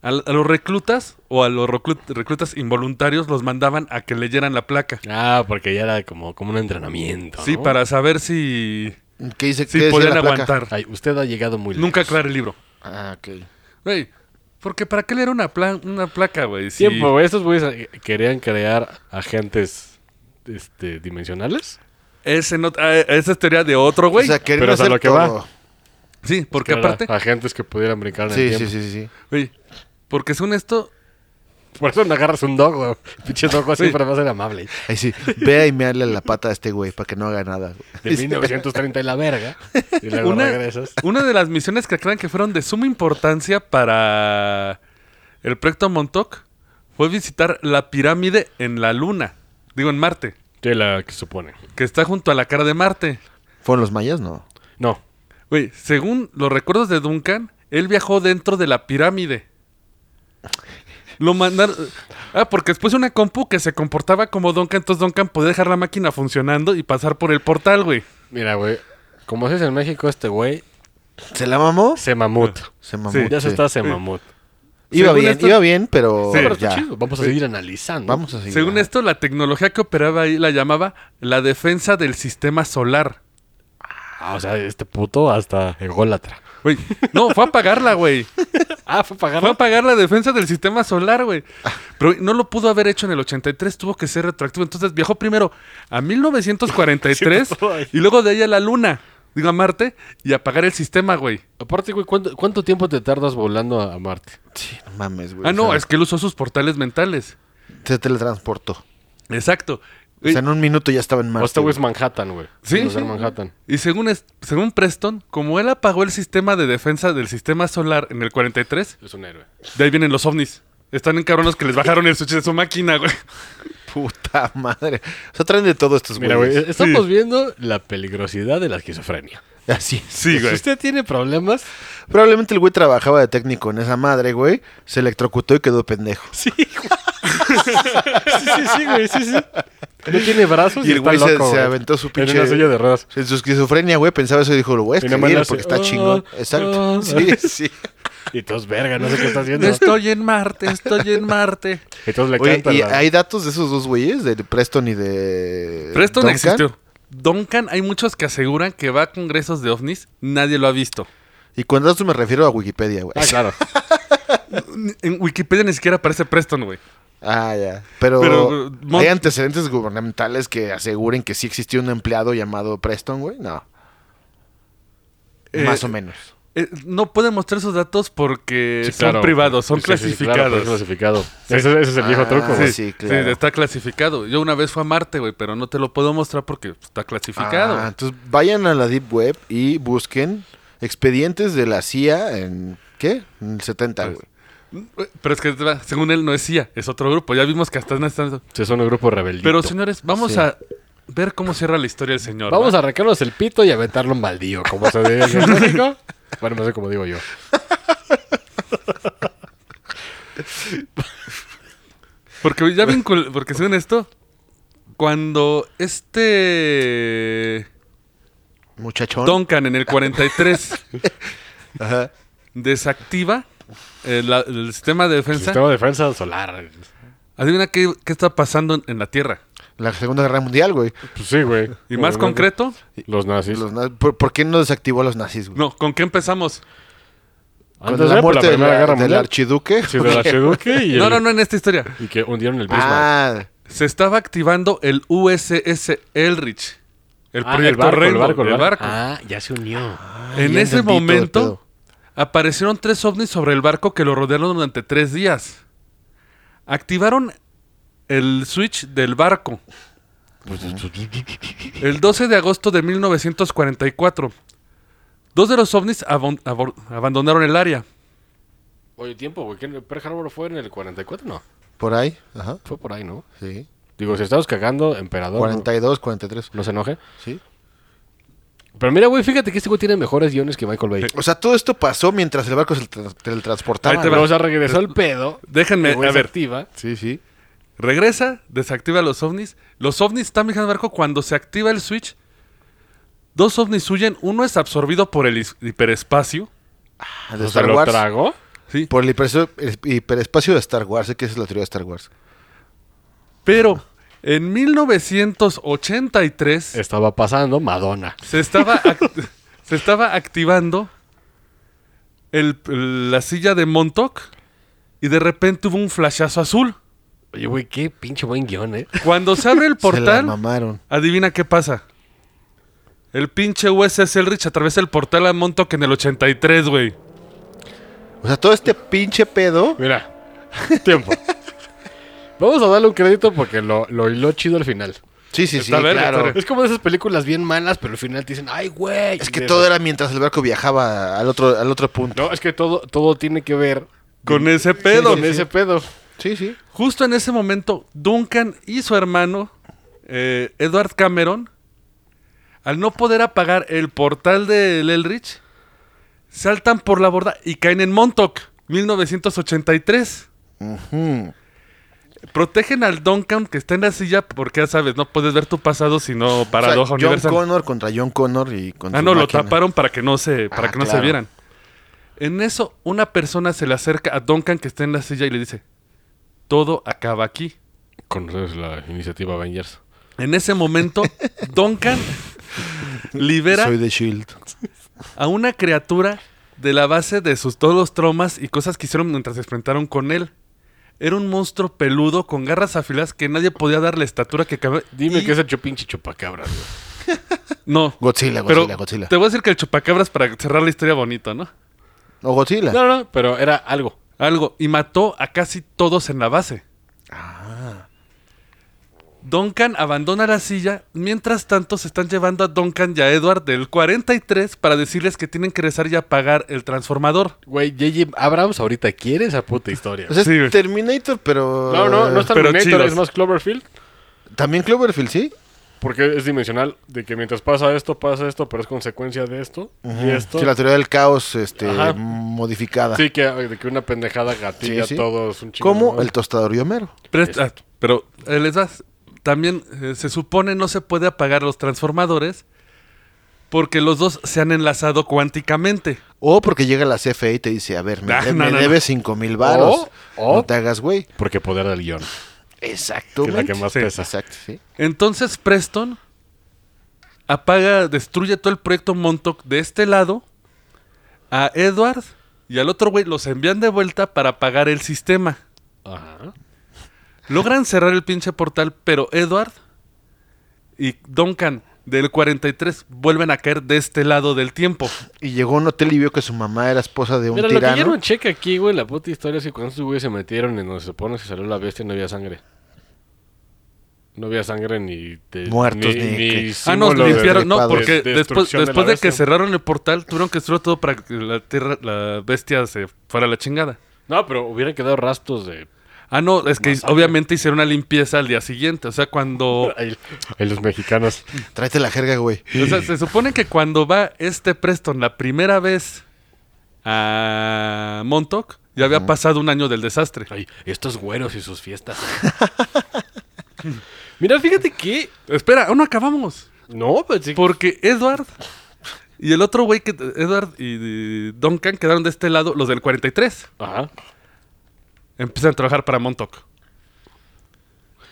A, a los reclutas o a los reclu- reclutas involuntarios los mandaban a que leyeran la placa. Ah, porque ya era como, como un entrenamiento. Sí, Ah, ¿no? para saber si, ¿Qué dice? qué si decía podían la placa? aguantar. Ay, usted ha llegado muy lejos. Nunca aclara el libro. Ah, ok. Güey, porque ¿para qué leer una, pla- una placa, güey? Si- Tiempo, güey. Estos güeyes eh, querían crear agentes este, dimensionales. Ese no- ah, esa es teoría de otro, O güey. sea, querían pero es a hacer lo que va. todo. sí, porque Era aparte... Agentes que pudieran brincar en el Sí, sí, tiempo. sí, sí, sí. Güey, porque según esto... Por eso no agarras un dog, güey. Pinche dog siempre va a ser amable. Ahí sí, ve a mearle la pata a este güey para que no haga nada. De 1930 y la verga. Y luego Una, regresas. una de las misiones que aclaran que fueron de suma importancia para el proyecto Montauk fue visitar la pirámide en la Luna, digo en Marte, Sí, la que supone. que está junto a la cara de Marte. ¿Fueron los mayas? No. No. Güey, según los recuerdos de Duncan, él viajó dentro de la pirámide. Lo mandaron. Ah, porque después una compu que se comportaba como Duncan, entonces Duncan podía dejar la máquina funcionando y pasar por el portal, güey. Mira, güey. Como haces en México, este güey ¿Se la mamó? se mamut. Se mamó. Sí, Ya se sí. está se mamut. Iba Según bien, esto- iba bien, pero Sí. Pero está ya. chido, Vamos a seguir analizando. Vamos a seguir. Según esto, la tecnología que operaba ahí la llamaba la defensa del sistema solar. Ah, o sea, este puto hasta ególatra. Güey, no, fue a pagarla, güey. Ah, fue Fue a pagarlo. pagar la defensa del sistema solar, güey. Pero no lo pudo haber hecho en el 83, tuvo que ser retroactivo. Entonces viajó primero a 1943 y luego de ahí a la Luna, digo a Marte, y a pagar el sistema, güey. Aparte, güey, ¿cuánto, cuánto tiempo te tardas volando a, a Marte? Pues Sí, no mames, güey. Ah, no, o sea, es que él usó sus portales mentales. Se teletransportó. Exacto. O sea, Pues en un minuto ya estaba en Marte. O este güey es güey. Manhattan, güey. Sí, Pudo ser sí. Manhattan. Y según, es- según Preston, como él apagó el sistema de defensa del sistema solar en el 43, Es un héroe. de ahí vienen los ovnis. Están en cabrones que les bajaron el switch de su máquina, güey. Puta madre. O sea, traen de todo estos Mira, güeyes. güey, estamos Sí. viendo la peligrosidad de la esquizofrenia. Pues, Así es. Sí, Si güey. usted tiene problemas, Probablemente el güey trabajaba de técnico en esa madre, güey. Se electrocutó y quedó pendejo. sí, güey. Sí, sí, sí, güey, sí, sí. No tiene brazos y, Y el está güey se- loco, se güey. aventó su pinche- En una silla de ruedas. Pues, En su esquizofrenia, güey, pensaba eso y dijo, lo voy a Y nada escribir más porque hace, está "Ah, chingón. Exacto. ah". Sí, sí. Y todos, verga, no sé qué está haciendo. Estoy en Marte, estoy en Marte. Eh, Y todos le Oye, cantan ¿y la- hay datos de esos dos güeyes? De Preston y de... Preston Duncan? existió. Duncan, hay muchos que aseguran que va a congresos de ovnis, nadie lo ha visto. Y con datos me refiero a Wikipedia, güey. Ah, claro. Ni- En Wikipedia ni siquiera aparece Preston, güey. Ah, ya. Pero, Pero, eh, Mon- ¿hay antecedentes gubernamentales que aseguren que sí existió un empleado llamado Preston, güey? No. Eh, Más o menos. Eh, no pueden mostrar esos datos porque Sí, son claro. privados, son Sí, sí, sí, claro, clasificados. son clasificados. Ese, ese es el viejo Ah, truco, güey. sí. claro. está clasificado. Yo una vez fui a Marte, güey, pero no te lo puedo mostrar porque está clasificado. Ah, entonces vayan a la Deep Web y busquen expedientes de la CIA en... ¿Qué? En el 70, Pues, güey. Eh, Pero es que, según él, no es CIA, es otro grupo. Ya vimos que hasta están... Sí, son un grupo rebeldito. Pero, señores, vamos Sí. a ver cómo cierra la historia el señor. Vamos ¿va? a arrancarnos el pito y aventarlo en baldío, como se dice en México. Bueno, no sé cómo digo yo. Porque ya vincul... Porque según esto, cuando este... Muchachón. Duncan en el 43 Ajá. desactiva el, la- el sistema de El defensa. sistema de defensa solar. Adivina qué, qué está pasando en, en la Tierra. La Segunda Guerra Mundial, güey. Pues sí, güey. Y más Obviamente. concreto, Los nazis. Los na- ¿Por, por qué no desactivó a los nazis, güey? no, ¿con qué empezamos? Con Antes de la muerte la de Primera la- Guerra del Mundial. archiduque. Sí, del archiduque y, No, el- no, no en esta historia. y que hundieron el Bismarck. Ah, Se estaba activando el USS Elrich. El Ah, proyecto Rainbow, el barco. Ah, ya se unió. en ya ese entendí todo el momento pedo. aparecieron tres ovnis sobre el barco que lo rodearon durante tres días. Activaron el switch del barco. Pues, El 12 de agosto de 1944. Dos de los ovnis abon- abor- abandonaron el área. Oye, tiempo, güey. ¿qué- ¿Pearl Harbor fue en el 44? No, por ahí. Ajá. fue por ahí, ¿no? Sí. Digo, si estamos cagando, emperador, 42, 43. no, no se enoje. Sí. Pero mira, güey, fíjate que este güey tiene mejores guiones que Michael Bay. O sea, todo esto pasó mientras el barco se tra- teletransportaba. Ahí te güey. va. Pero, o sea, regresó el pedo. Déjenme, el güey a se ver. activa. Sí, sí. Regresa, desactiva los ovnis. Los ovnis están viajando en barco cuando se activa el switch. Dos ovnis huyen. Uno es absorbido por el is- hiperespacio. De O sea, Star lo Wars. tragó. ¿sí? Por el hiperespacio, el hiperespacio de Star Wars. Sé que esa es la teoría de Star Wars. Pero en 1983 Estaba pasando Madonna. se estaba, act- se estaba activando el- el- la silla de Montauk y de repente hubo un flashazo azul. Oye, güey, qué pinche buen guión, ¿eh? Cuando se abre el Se la portal, mamaron. adivina qué pasa. El pinche USS Elrich atraviesa el portal a Montauk en el 83, güey. O sea, todo este pinche pedo. Mira, tiempo. Vamos a darle un crédito porque lo, lo hiló chido al final. Sí, sí, sí, Está verga, claro. está verga. Es como de esas películas bien malas, pero al final te dicen, ay, güey. Es Y que de- todo era mientras el barco viajaba al otro, al otro punto. No, es que todo, todo tiene que ver Con ese pedo. con ese pedo. Sí, sí. Justo en ese momento, Duncan y su hermano, eh, Edward Cameron, al no poder apagar el portal del Elrich, saltan por la borda y caen en Montauk, 1983. Ujú. Protegen al Duncan que está en la silla porque ya sabes, no puedes ver tu pasado sino O sea, paradoja John universal. Connor contra John Connor y contra Ah, no, lo taparon para que no se, para Ah, que no claro. se vieran. En eso, una persona se le acerca a Duncan que está en la silla y le dice: Todo acaba aquí. Conoces la iniciativa Avengers. En ese momento, Duncan libera Soy de Shield. a una criatura de la base de sus todos los traumas y cosas que hicieron mientras se enfrentaron con él. Era un monstruo peludo con garras afiladas que nadie podía darle estatura que cabe. Dime y- que es el pinche chupacabras. güey. No. Godzilla, Pero Godzilla, Godzilla. Te voy a decir que el chupacabras para cerrar la historia bonito, ¿no? O Godzilla. No, no, pero era algo. Algo. Y mató a casi todos en la base. Duncan abandona la silla. Mientras tanto, se están llevando a Duncan y a Edward del 43 para decirles que tienen que regresar y apagar el transformador. Güey, J.J. Abrams ahorita quiere esa puta historia. O sea, es Sí, güey. Terminator, pero. eh, no, no, no es pero Terminator, chidas. es más Cloverfield. También Cloverfield, ¿sí? Porque es dimensional, de que mientras pasa esto, pasa esto, pero es consecuencia de esto y esto. Sí, la teoría del caos este, Ajá. modificada. Sí, que, ah, de que una pendejada gatilla Sí, sí. a todos un chingo. Como ¿no? el tostador y Homero. Pero, es- ah, pero, eh, les das. También eh, se supone no se puede apagar los transformadores porque los dos se han enlazado cuánticamente. O porque llega la CFE y te dice, a ver, me, Ah, de- no, me no, no. debes cinco mil varos. O- o- No te hagas, güey. Porque poder del guión, que es Exactamente. la que más Sí, pesa. Exacto, sí. Entonces Preston apaga, destruye todo el proyecto Montauk de este lado. A Edward y al otro güey los envían de vuelta para apagar el sistema. Ajá. Logran cerrar el pinche portal, pero Edward y Duncan del 43 vuelven a caer de este lado del tiempo. Y llegó a un hotel y vio que su mamá era esposa de un Mira, lo que yo tirano. no checa aquí, güey, la puta historia es que cuando estos güeyes se metieron en donde se supone que salió la bestia no había sangre. No había sangre ni... de- Muertos, ni que- Ah, no, símbolo de- limpiaron. No, destripador. porque de después, destrucción después la de, que bestia. cerraron el portal, tuvieron que destruir todo para que la, tierra, la bestia se fuera a la chingada. No, pero hubieran quedado rastros de... Ah, no, es que Masacre. obviamente hicieron una limpieza al día siguiente. O sea, cuando. Ahí, ahí los mexicanos. Tráete la jerga, güey. o sea, se supone que cuando va este Preston la primera vez a Montauk, ya había pasado un año del desastre. Ay, estos güeros y sus fiestas. Mira, fíjate que... Espera, aún no acabamos. No, pues sí. Porque Edward y el otro güey que. Edward y Duncan quedaron de este lado, los del 43. Ajá. Empiezan a trabajar para Montauk.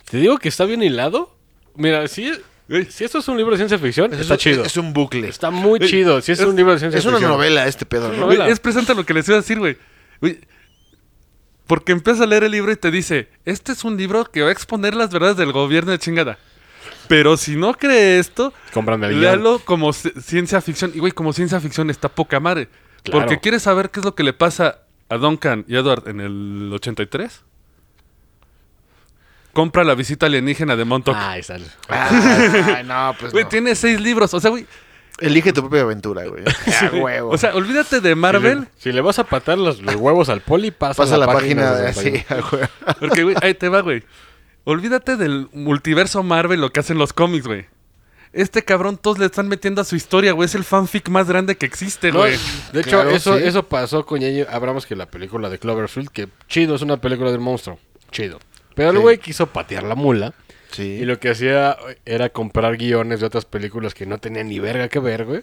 Te digo que está bien hilado. Mira, si, si esto es un libro de ciencia ficción, Es está un- chido. Es un bucle. Está muy chido. Si es, un libro de ciencia Es una ficción. novela este pedo, una ¿no? Güey, novela. es presente lo que les iba a decir, güey. Güey, Porque empiezas a leer el libro y te dice, este es un libro que va a exponer las verdades del gobierno de chingada. Pero si no cree esto, Compran el guión. léalo como ci- ciencia ficción. Y güey, como ciencia ficción está poca madre. Claro. Porque quieres saber qué es lo que le pasa a Duncan y Edward en el 83. Compra la visita alienígena de Montauk. Ah, ahí sale. Ay, no, pues güey, no. tiene seis libros. O sea, güey, Elige tu propia aventura, güey. A huevo. o sea, olvídate de Marvel. Si le, si le vas a patar los, los huevos al poli, pasa, Pasa la página eh, de así. así, a huevo. Porque, güey, ahí te va, güey. Olvídate del multiverso Marvel, lo que hacen los cómics, güey. Este cabrón todos le están metiendo a su historia, güey. Es el fanfic más grande que existe, No, güey. de hecho, Claro, eso, sí. eso pasó con J.J. Abrams que la película de Cloverfield, que chido, es una película de un monstruo. Chido. Pero el Sí. güey quiso patear la mula. Sí. Y lo que hacía era comprar guiones de otras películas que no tenían ni verga que ver, güey.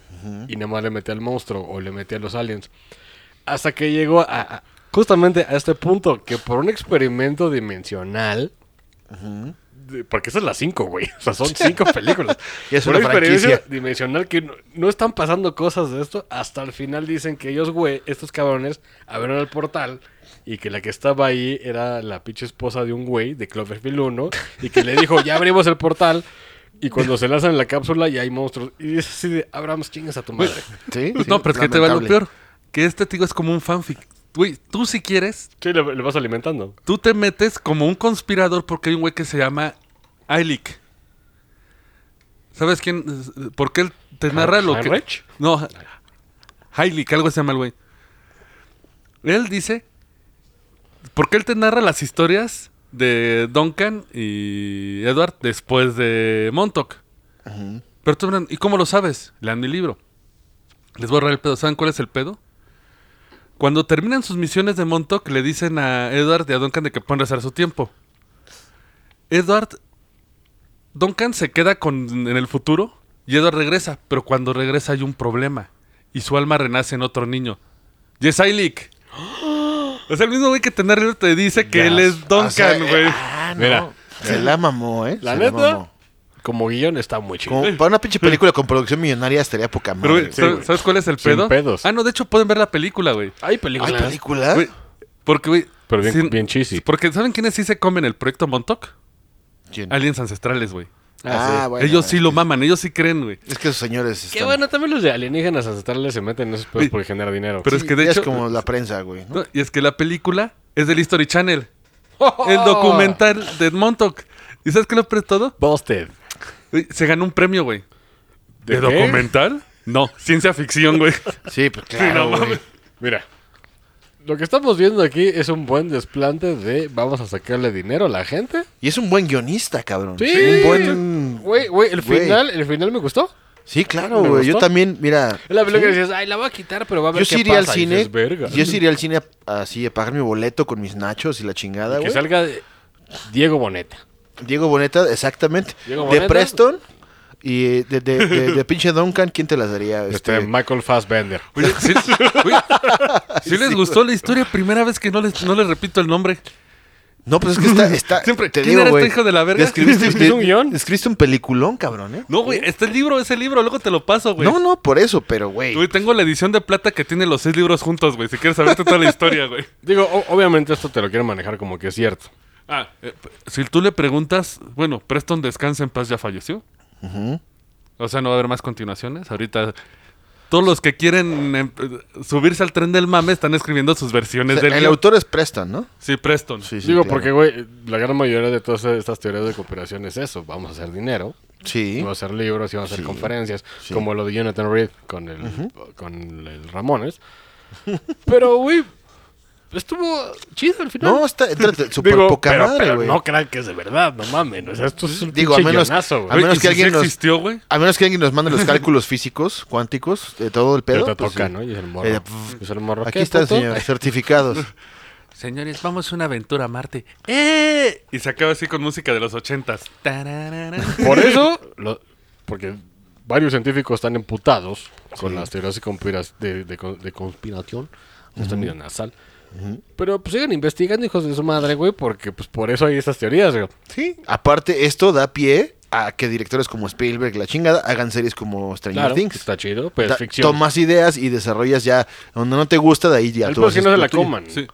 Y nada más le metía al monstruo o le metía a los aliens. Hasta que llegó a, a- justamente a este punto, que por un experimento dimensional... de- Porque esas las cinco, güey. O sea, son cinco películas. Y es Por una experimento franquicia. dimensional que no, no están pasando cosas de esto. Hasta el final dicen que ellos, güey, estos cabrones abrieron el portal y que la que estaba ahí era la pinche esposa de un güey de Cloverfield 1 y que le dijo, ya abrimos el portal. Y cuando se lanzan en la cápsula ya hay monstruos. Y es así de, Abrams, chingas a tu madre. Sí, sí, no, pero es que te va lo lamentable. peor. Que este, tío es como un fanfic. Güey, tú si quieres, Sí, le, le vas alimentando. tú te metes como un conspirador porque hay un güey que se llama Aylik. ¿Sabes quién? Porque él te narra lo que... ¿Heinrich? No, Hailey, que algo se llama el güey. Él dice. Porque él te narra las historias de Duncan y Edward después de Montauk. Pero tú, Bran, ¿y cómo lo sabes? Lean mi libro. Les voy a ahorrar el pedo. ¿Saben cuál es el pedo? Cuando terminan sus misiones de Montauk, le dicen a Edward y a Duncan de que pueden rezar su tiempo. Edward. Duncan se queda con, en el futuro y Edward regresa, pero cuando regresa hay un problema y su alma renace en otro niño. Y es Aylik. O sea, el mismo güey que Tenerlo te dice que Ya, él es o sea, Duncan, eh, güey. ah, no. Mira. Se la mamó, ¿eh? La Se neta, mamó. como guión está muy chido. Como para una pinche película con producción millonaria estaría poca Pero, madre. güey, ¿sabes, güey. sabes cuál es el Sin pedo? pedos. Ah, no, de hecho pueden ver la película, güey. Hay ¿Hay películas. película? Güey, Porque, güey. Pero bien- bien cheesy. Porque, ¿saben quiénes sí se comen el proyecto Montauk? Mm. ¿Quién? Aliens ancestrales, güey. Ah, Ah, bueno. ellos sí lo maman, ellos sí creen, güey. Es que esos señores sí. Que están- bueno, también los de alienígenas ancestrales se meten en esos pedos Sí. porque genera dinero. Pero- es que de ya hecho- es como la prensa, güey. ¿no? No, Y es que la película es del History Channel. Oh. El documental de Montauk. ¿Y sabes qué lo peor de todo? Busted. Güey, Se ganó un premio, güey. ¿De qué? Ah, documental? No, ciencia ficción, güey. Sí, pues Sí, no claro, güey. mames. Mira, lo que estamos viendo aquí es un buen desplante de vamos a sacarle dinero a la gente. Y es un buen guionista, cabrón. Sí. Un buen... Güey, güey, el Güey. final, el final me gustó. Sí, claro, Me güey. Yo gustó. también, mira... Es la película sí. que decías, ay, la voy a quitar, pero va a ver Yo sí qué iría al pasa", y cine. dices, "Verga". Yo sí iría al cine a- así, a pagar mi boleto con mis nachos y la chingada, Que güey. salga de- Diego Boneta. Diego Boneta, exactamente. Diego De Boneta. Preston y de, de, de- de pinche Duncan, ¿quién te las daría? Este, Michael Fassbender. Oye, sí, güey, sí les gustó la historia, primera vez que no les, no les repito el nombre. No, pues es que está... está Siempre, te ¿quién digo, era este güey, hijo de la verga? describiste- ¿Es un guión? Escribiste un peliculón, cabrón, ¿eh? No, güey, está el libro, ese libro, luego te lo paso, güey. No, no, por eso, pero, güey. Güey, tengo la edición de plata que tiene los seis libros juntos, güey. Si quieres saberte toda la historia, güey. Digo, o- obviamente esto te lo quiero manejar como que es cierto. Ah, eh, p- si tú le preguntas, bueno, Preston Descansa en Paz ya falleció. O sea, no va a haber más continuaciones. Ahorita todos los que quieren em, eh, subirse al tren del mame están escribiendo sus versiones O sea, del el guión. autor es Preston, ¿no? Sí, Preston. Sí, sí, Digo, claro. porque, güey, la gran mayoría de todas estas teorías de cooperación es eso. Vamos a hacer dinero, Sí. vamos a hacer libros y vamos a hacer Sí. conferencias, Sí. como lo de Jonathan Reed con el, con el Ramones. Pero, güey, estuvo chido al final. No, está entrete- súper Digo, poca pero, madre, pero güey. no crean que es de verdad, no mames. O sea, esto es un Digo, a pinche menos- guionazo, güey. a menos Güey, ¿y que si sí alguien nos- existió, güey. A menos que alguien nos mande los cálculos físicos, cuánticos, de todo el Pero pedo. te pues, toca, sí. ¿no? Y es el Eh, morro. pff, Y es el morro. Aquí ¿qué, están, puto? señor, certificados. Señores, vamos a una aventura a Marte. ¡Eh! Y se acaba así con música de los ochentas. Tararara. Por eso, lo- porque varios científicos están emputados con las teorías de, conspiras- de, de con- de conspiración. No están ni de nasal. Pero pues sigan investigando, hijos de su madre, güey, porque pues por eso hay estas teorías, güey. Sí. Aparte, esto da pie a que directores como Spielberg, la chingada, hagan series como Stranger Claro, Things. está chido, pero Da- es ficción. Tomas ideas y desarrollas ya donde no te gusta, de ahí ya Al tú haces que no se lo la tuyo. coman. Sí.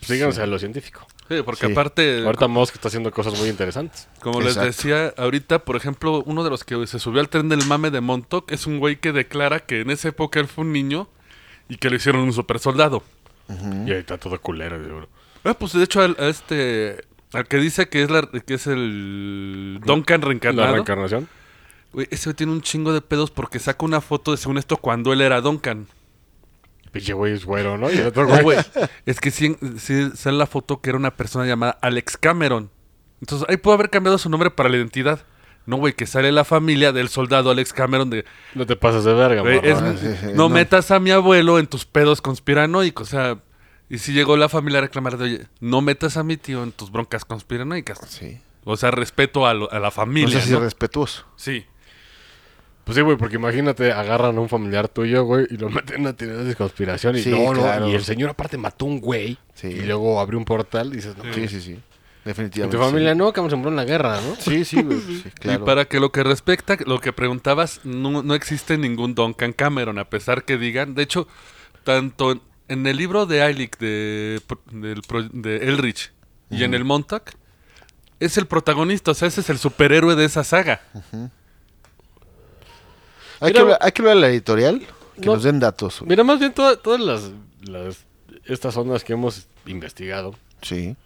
Síganse a lo científico. Sí, porque Sí. aparte, Ahorita Musk está haciendo cosas muy interesantes. como Exacto. les decía ahorita, por ejemplo, uno de los que se subió al tren del mame de Montauk es un güey que declara que en esa época él fue un niño y que lo hicieron un super soldado. Y ahorita todo culero, seguro. Ah, pues de hecho, al, a este. Al que dice que es, la, que es el Duncan La reencarnado. reencarnación. güey, ese güey tiene un chingo de pedos porque saca una foto de según esto cuando él era Duncan. Pinche güey es güero, ¿no? Y el otro No, güey. güey. es que sí, sí sale la foto que era una persona llamada Alex Cameron. Entonces, ahí pudo haber cambiado su nombre para la identidad. No, güey, que sale la familia del soldado Alex Cameron de... No te pases de verga, güey, morro. Eh, es- Ah, sí, sí, no no. metas a mi abuelo en tus pedos conspiranoicos. O sea, y si llegó la familia a reclamar de, oye, no metas a mi tío en tus broncas conspiranoicas. Sí. O sea, respeto a, lo- a la No familia. seas ¿no? irrespetuoso. Sí. Pues sí, güey, porque imagínate, agarran a un familiar tuyo, güey, y lo meten a teoría de conspiración. Y Sí, no, no, claro. y el señor aparte mató a un güey. Sí. Y luego abrió un portal y dices, no, Sí, sí, sí. en Definitivamente. tu familia sí. no, que vamos a sembrar en la guerra, ¿no? Sí, sí, güey. pues, sí, claro. Y para que lo que respecta, lo que preguntabas, no, no existe ningún Duncan Cameron, a pesar que digan. De hecho, tanto en- en el libro de Eilick de, pro- del pro- de Elrich y en el Montag, es el protagonista, o sea, ese es el superhéroe de esa saga. hay, Mira, que hablar, hay que hablar a la editorial, que no- nos den datos. güey. Mira, más bien toda- todas las, las- estas ondas que hemos investigado, Sí.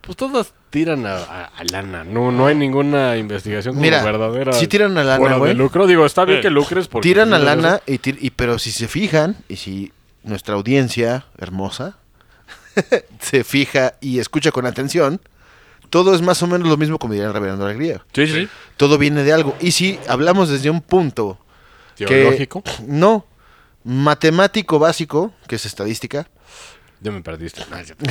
pues todas tiran a, a- a lana. No, no hay ninguna investigación como Mira, verdadera. sí tiran a lana, fuera de güey. lucro, digo, está bien Eh. que lucres porque... tiran a pues, lana y, tir- y- pero si se fijan y si nuestra audiencia hermosa se fija y escucha con atención todo es más o menos lo mismo como diría el reverendo Alegría Sí, sí, sí. todo viene de algo y si hablamos desde un punto que Teológico. no matemático básico que es estadística Ya me perdiste. No, es cierto.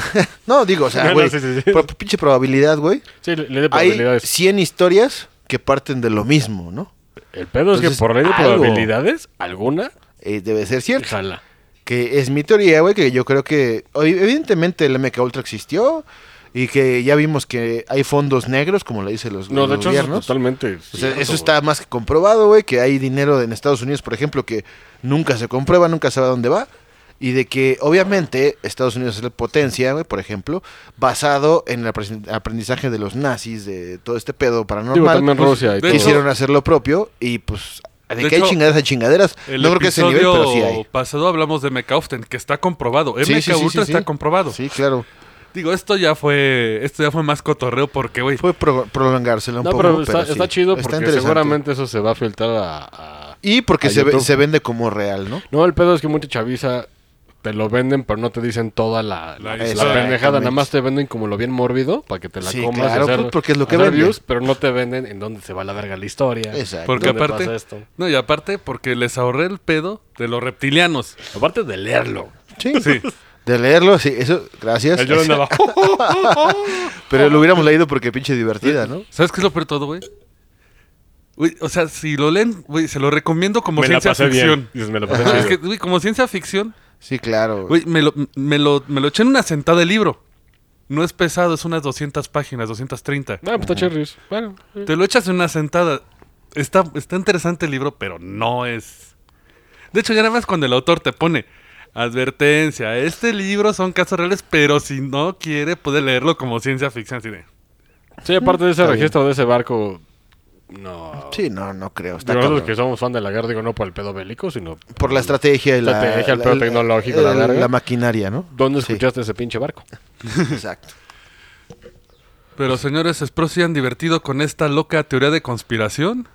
No, digo, o sea, No, güey. no, sí, sí, sí. por pinche probabilidad, güey. Sí, le, le de Hay probabilidades. 100 historias que parten de lo mismo, ¿no? El pedo es Entonces, que por ley de algo. probabilidades, alguna, Eh, debe ser cierto. jala. Que es mi teoría, güey, que yo creo que o- evidentemente el MK Ultra existió y que ya vimos que hay fondos negros, como le dicen los, No, los de hecho, eso es gobiernos. totalmente. O sea, cierto, eso está más que comprobado, güey, que hay dinero en Estados Unidos, por ejemplo, que nunca se comprueba, nunca sabe a dónde va. Y de que, obviamente, Estados Unidos es la potencia, güey, por ejemplo, basado en el apre- aprendizaje de los nazis, de todo este pedo güey. Digo, paranormal. también Rusia y de todo. hecho- Quisieron hacer lo propio y, pues, de, De que hay hecho, chingaderas hay chingaderas. El No creo que ese nivel, episodio pero sí hay. pasado hablamos de Mecauften, que está comprobado. MK Sí, sí, sí, sí, Ultra sí. está comprobado. Sí, claro. Digo, esto ya fue esto ya fue más cotorreo porque, güey, Puede pro- prolongársela un No, poco. pero está, sí. está chido Está porque interesante. seguramente eso se va a filtrar a. a- Y porque a se, ve- YouTube. se vende como real, ¿no? No, el pedo es que mucha chaviza te lo venden, pero no te dicen toda la, La la, historia. pendejada. Nada más te venden como lo bien mórbido para que te la Sí, comas. y claro, pues, porque es lo que hacer venden. views, pero no te venden en dónde se va la verga la historia. Exacto. porque ¿Dónde aparte pasa esto? No, y aparte porque les ahorré el pedo de los reptilianos. Aparte de leerlo. Sí. Sí. De leerlo, sí, eso, gracias. El Jordan andaba, "Oh, oh, oh, oh". Pero lo hubiéramos leído porque pinche divertida, ¿no? ¿Sabes qué es lo peor de todo, güey? Güey, o sea, si lo leen, güey, se lo recomiendo como me la ciencia pasé ficción. bien. Dices, me la pasé Es chido. que, güey, como ciencia ficción, Sí, claro. güey, me lo, me, lo, me lo eché en una sentada de libro. No es pesado, es unas 200 páginas, 230. Ah, pues está cherries. Bueno. sí. Te lo echas en una sentada. Está, está interesante el libro, pero no es. De hecho, ya nada más cuando el autor te pone advertencia, este libro son casos reales, pero si no quiere puede leerlo como ciencia ficción. Así de, Sí, aparte de ese Está bien. registro de ese barco, no. Sí, no, no creo. Está Digo, nosotros cabrón. que somos fan de la guerra, digo, no por el pedo bélico, sino Por la estrategia y la. Estrategia, el la- pedo la- tecnológico, el- la verga. maquinaria, ¿no? ¿Dónde Sí, escuchaste ese pinche barco? exacto. Pero señores, espero se han divertido con esta loca teoría de conspiración.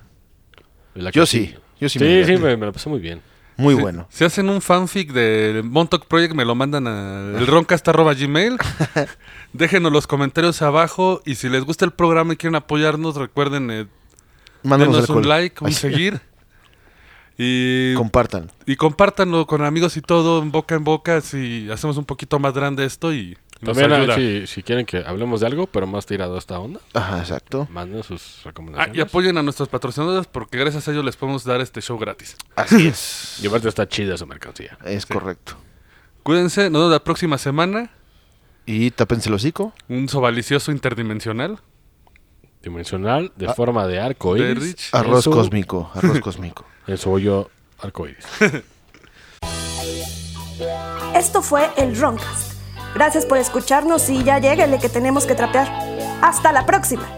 La que Yo sí. Yo sí. Sí, me sí, divertí. me, me la pasé muy bien. Muy Si- bueno. Si hacen un fanfic del Montauk Project, me lo mandan a elroncast.gmail. Déjenos los comentarios abajo. Y si les gusta el programa y quieren apoyarnos, recuerden eh, Mándanos denos alcohol. un like, un Ay, seguir. Y, Compartan. y compártanlo con amigos y todo, en boca en boca. Si hacemos un poquito más grande esto y, y nos También, ayuda. ah, si, si quieren que hablemos de algo, pero más tirado a esta onda, Ajá, exacto. manden sus Ah, y recomendaciones. apoyen a nuestros patrocinadores porque gracias a ellos les podemos dar este show gratis. Así es. y aparte está chida su mercancía. es correcto. Cuídense, nos vemos la próxima semana. Y tápense el hocico. Un sobalicioso interdimensional. Dimensional, de forma de arco de iris. Rich. en Ah, Arroz su- cósmico. Arroz cósmico. En su hoyo arco iris. Esto fue el Roncast. Gracias por escucharnos y ya lléguele que tenemos que trapear. ¡Hasta la próxima!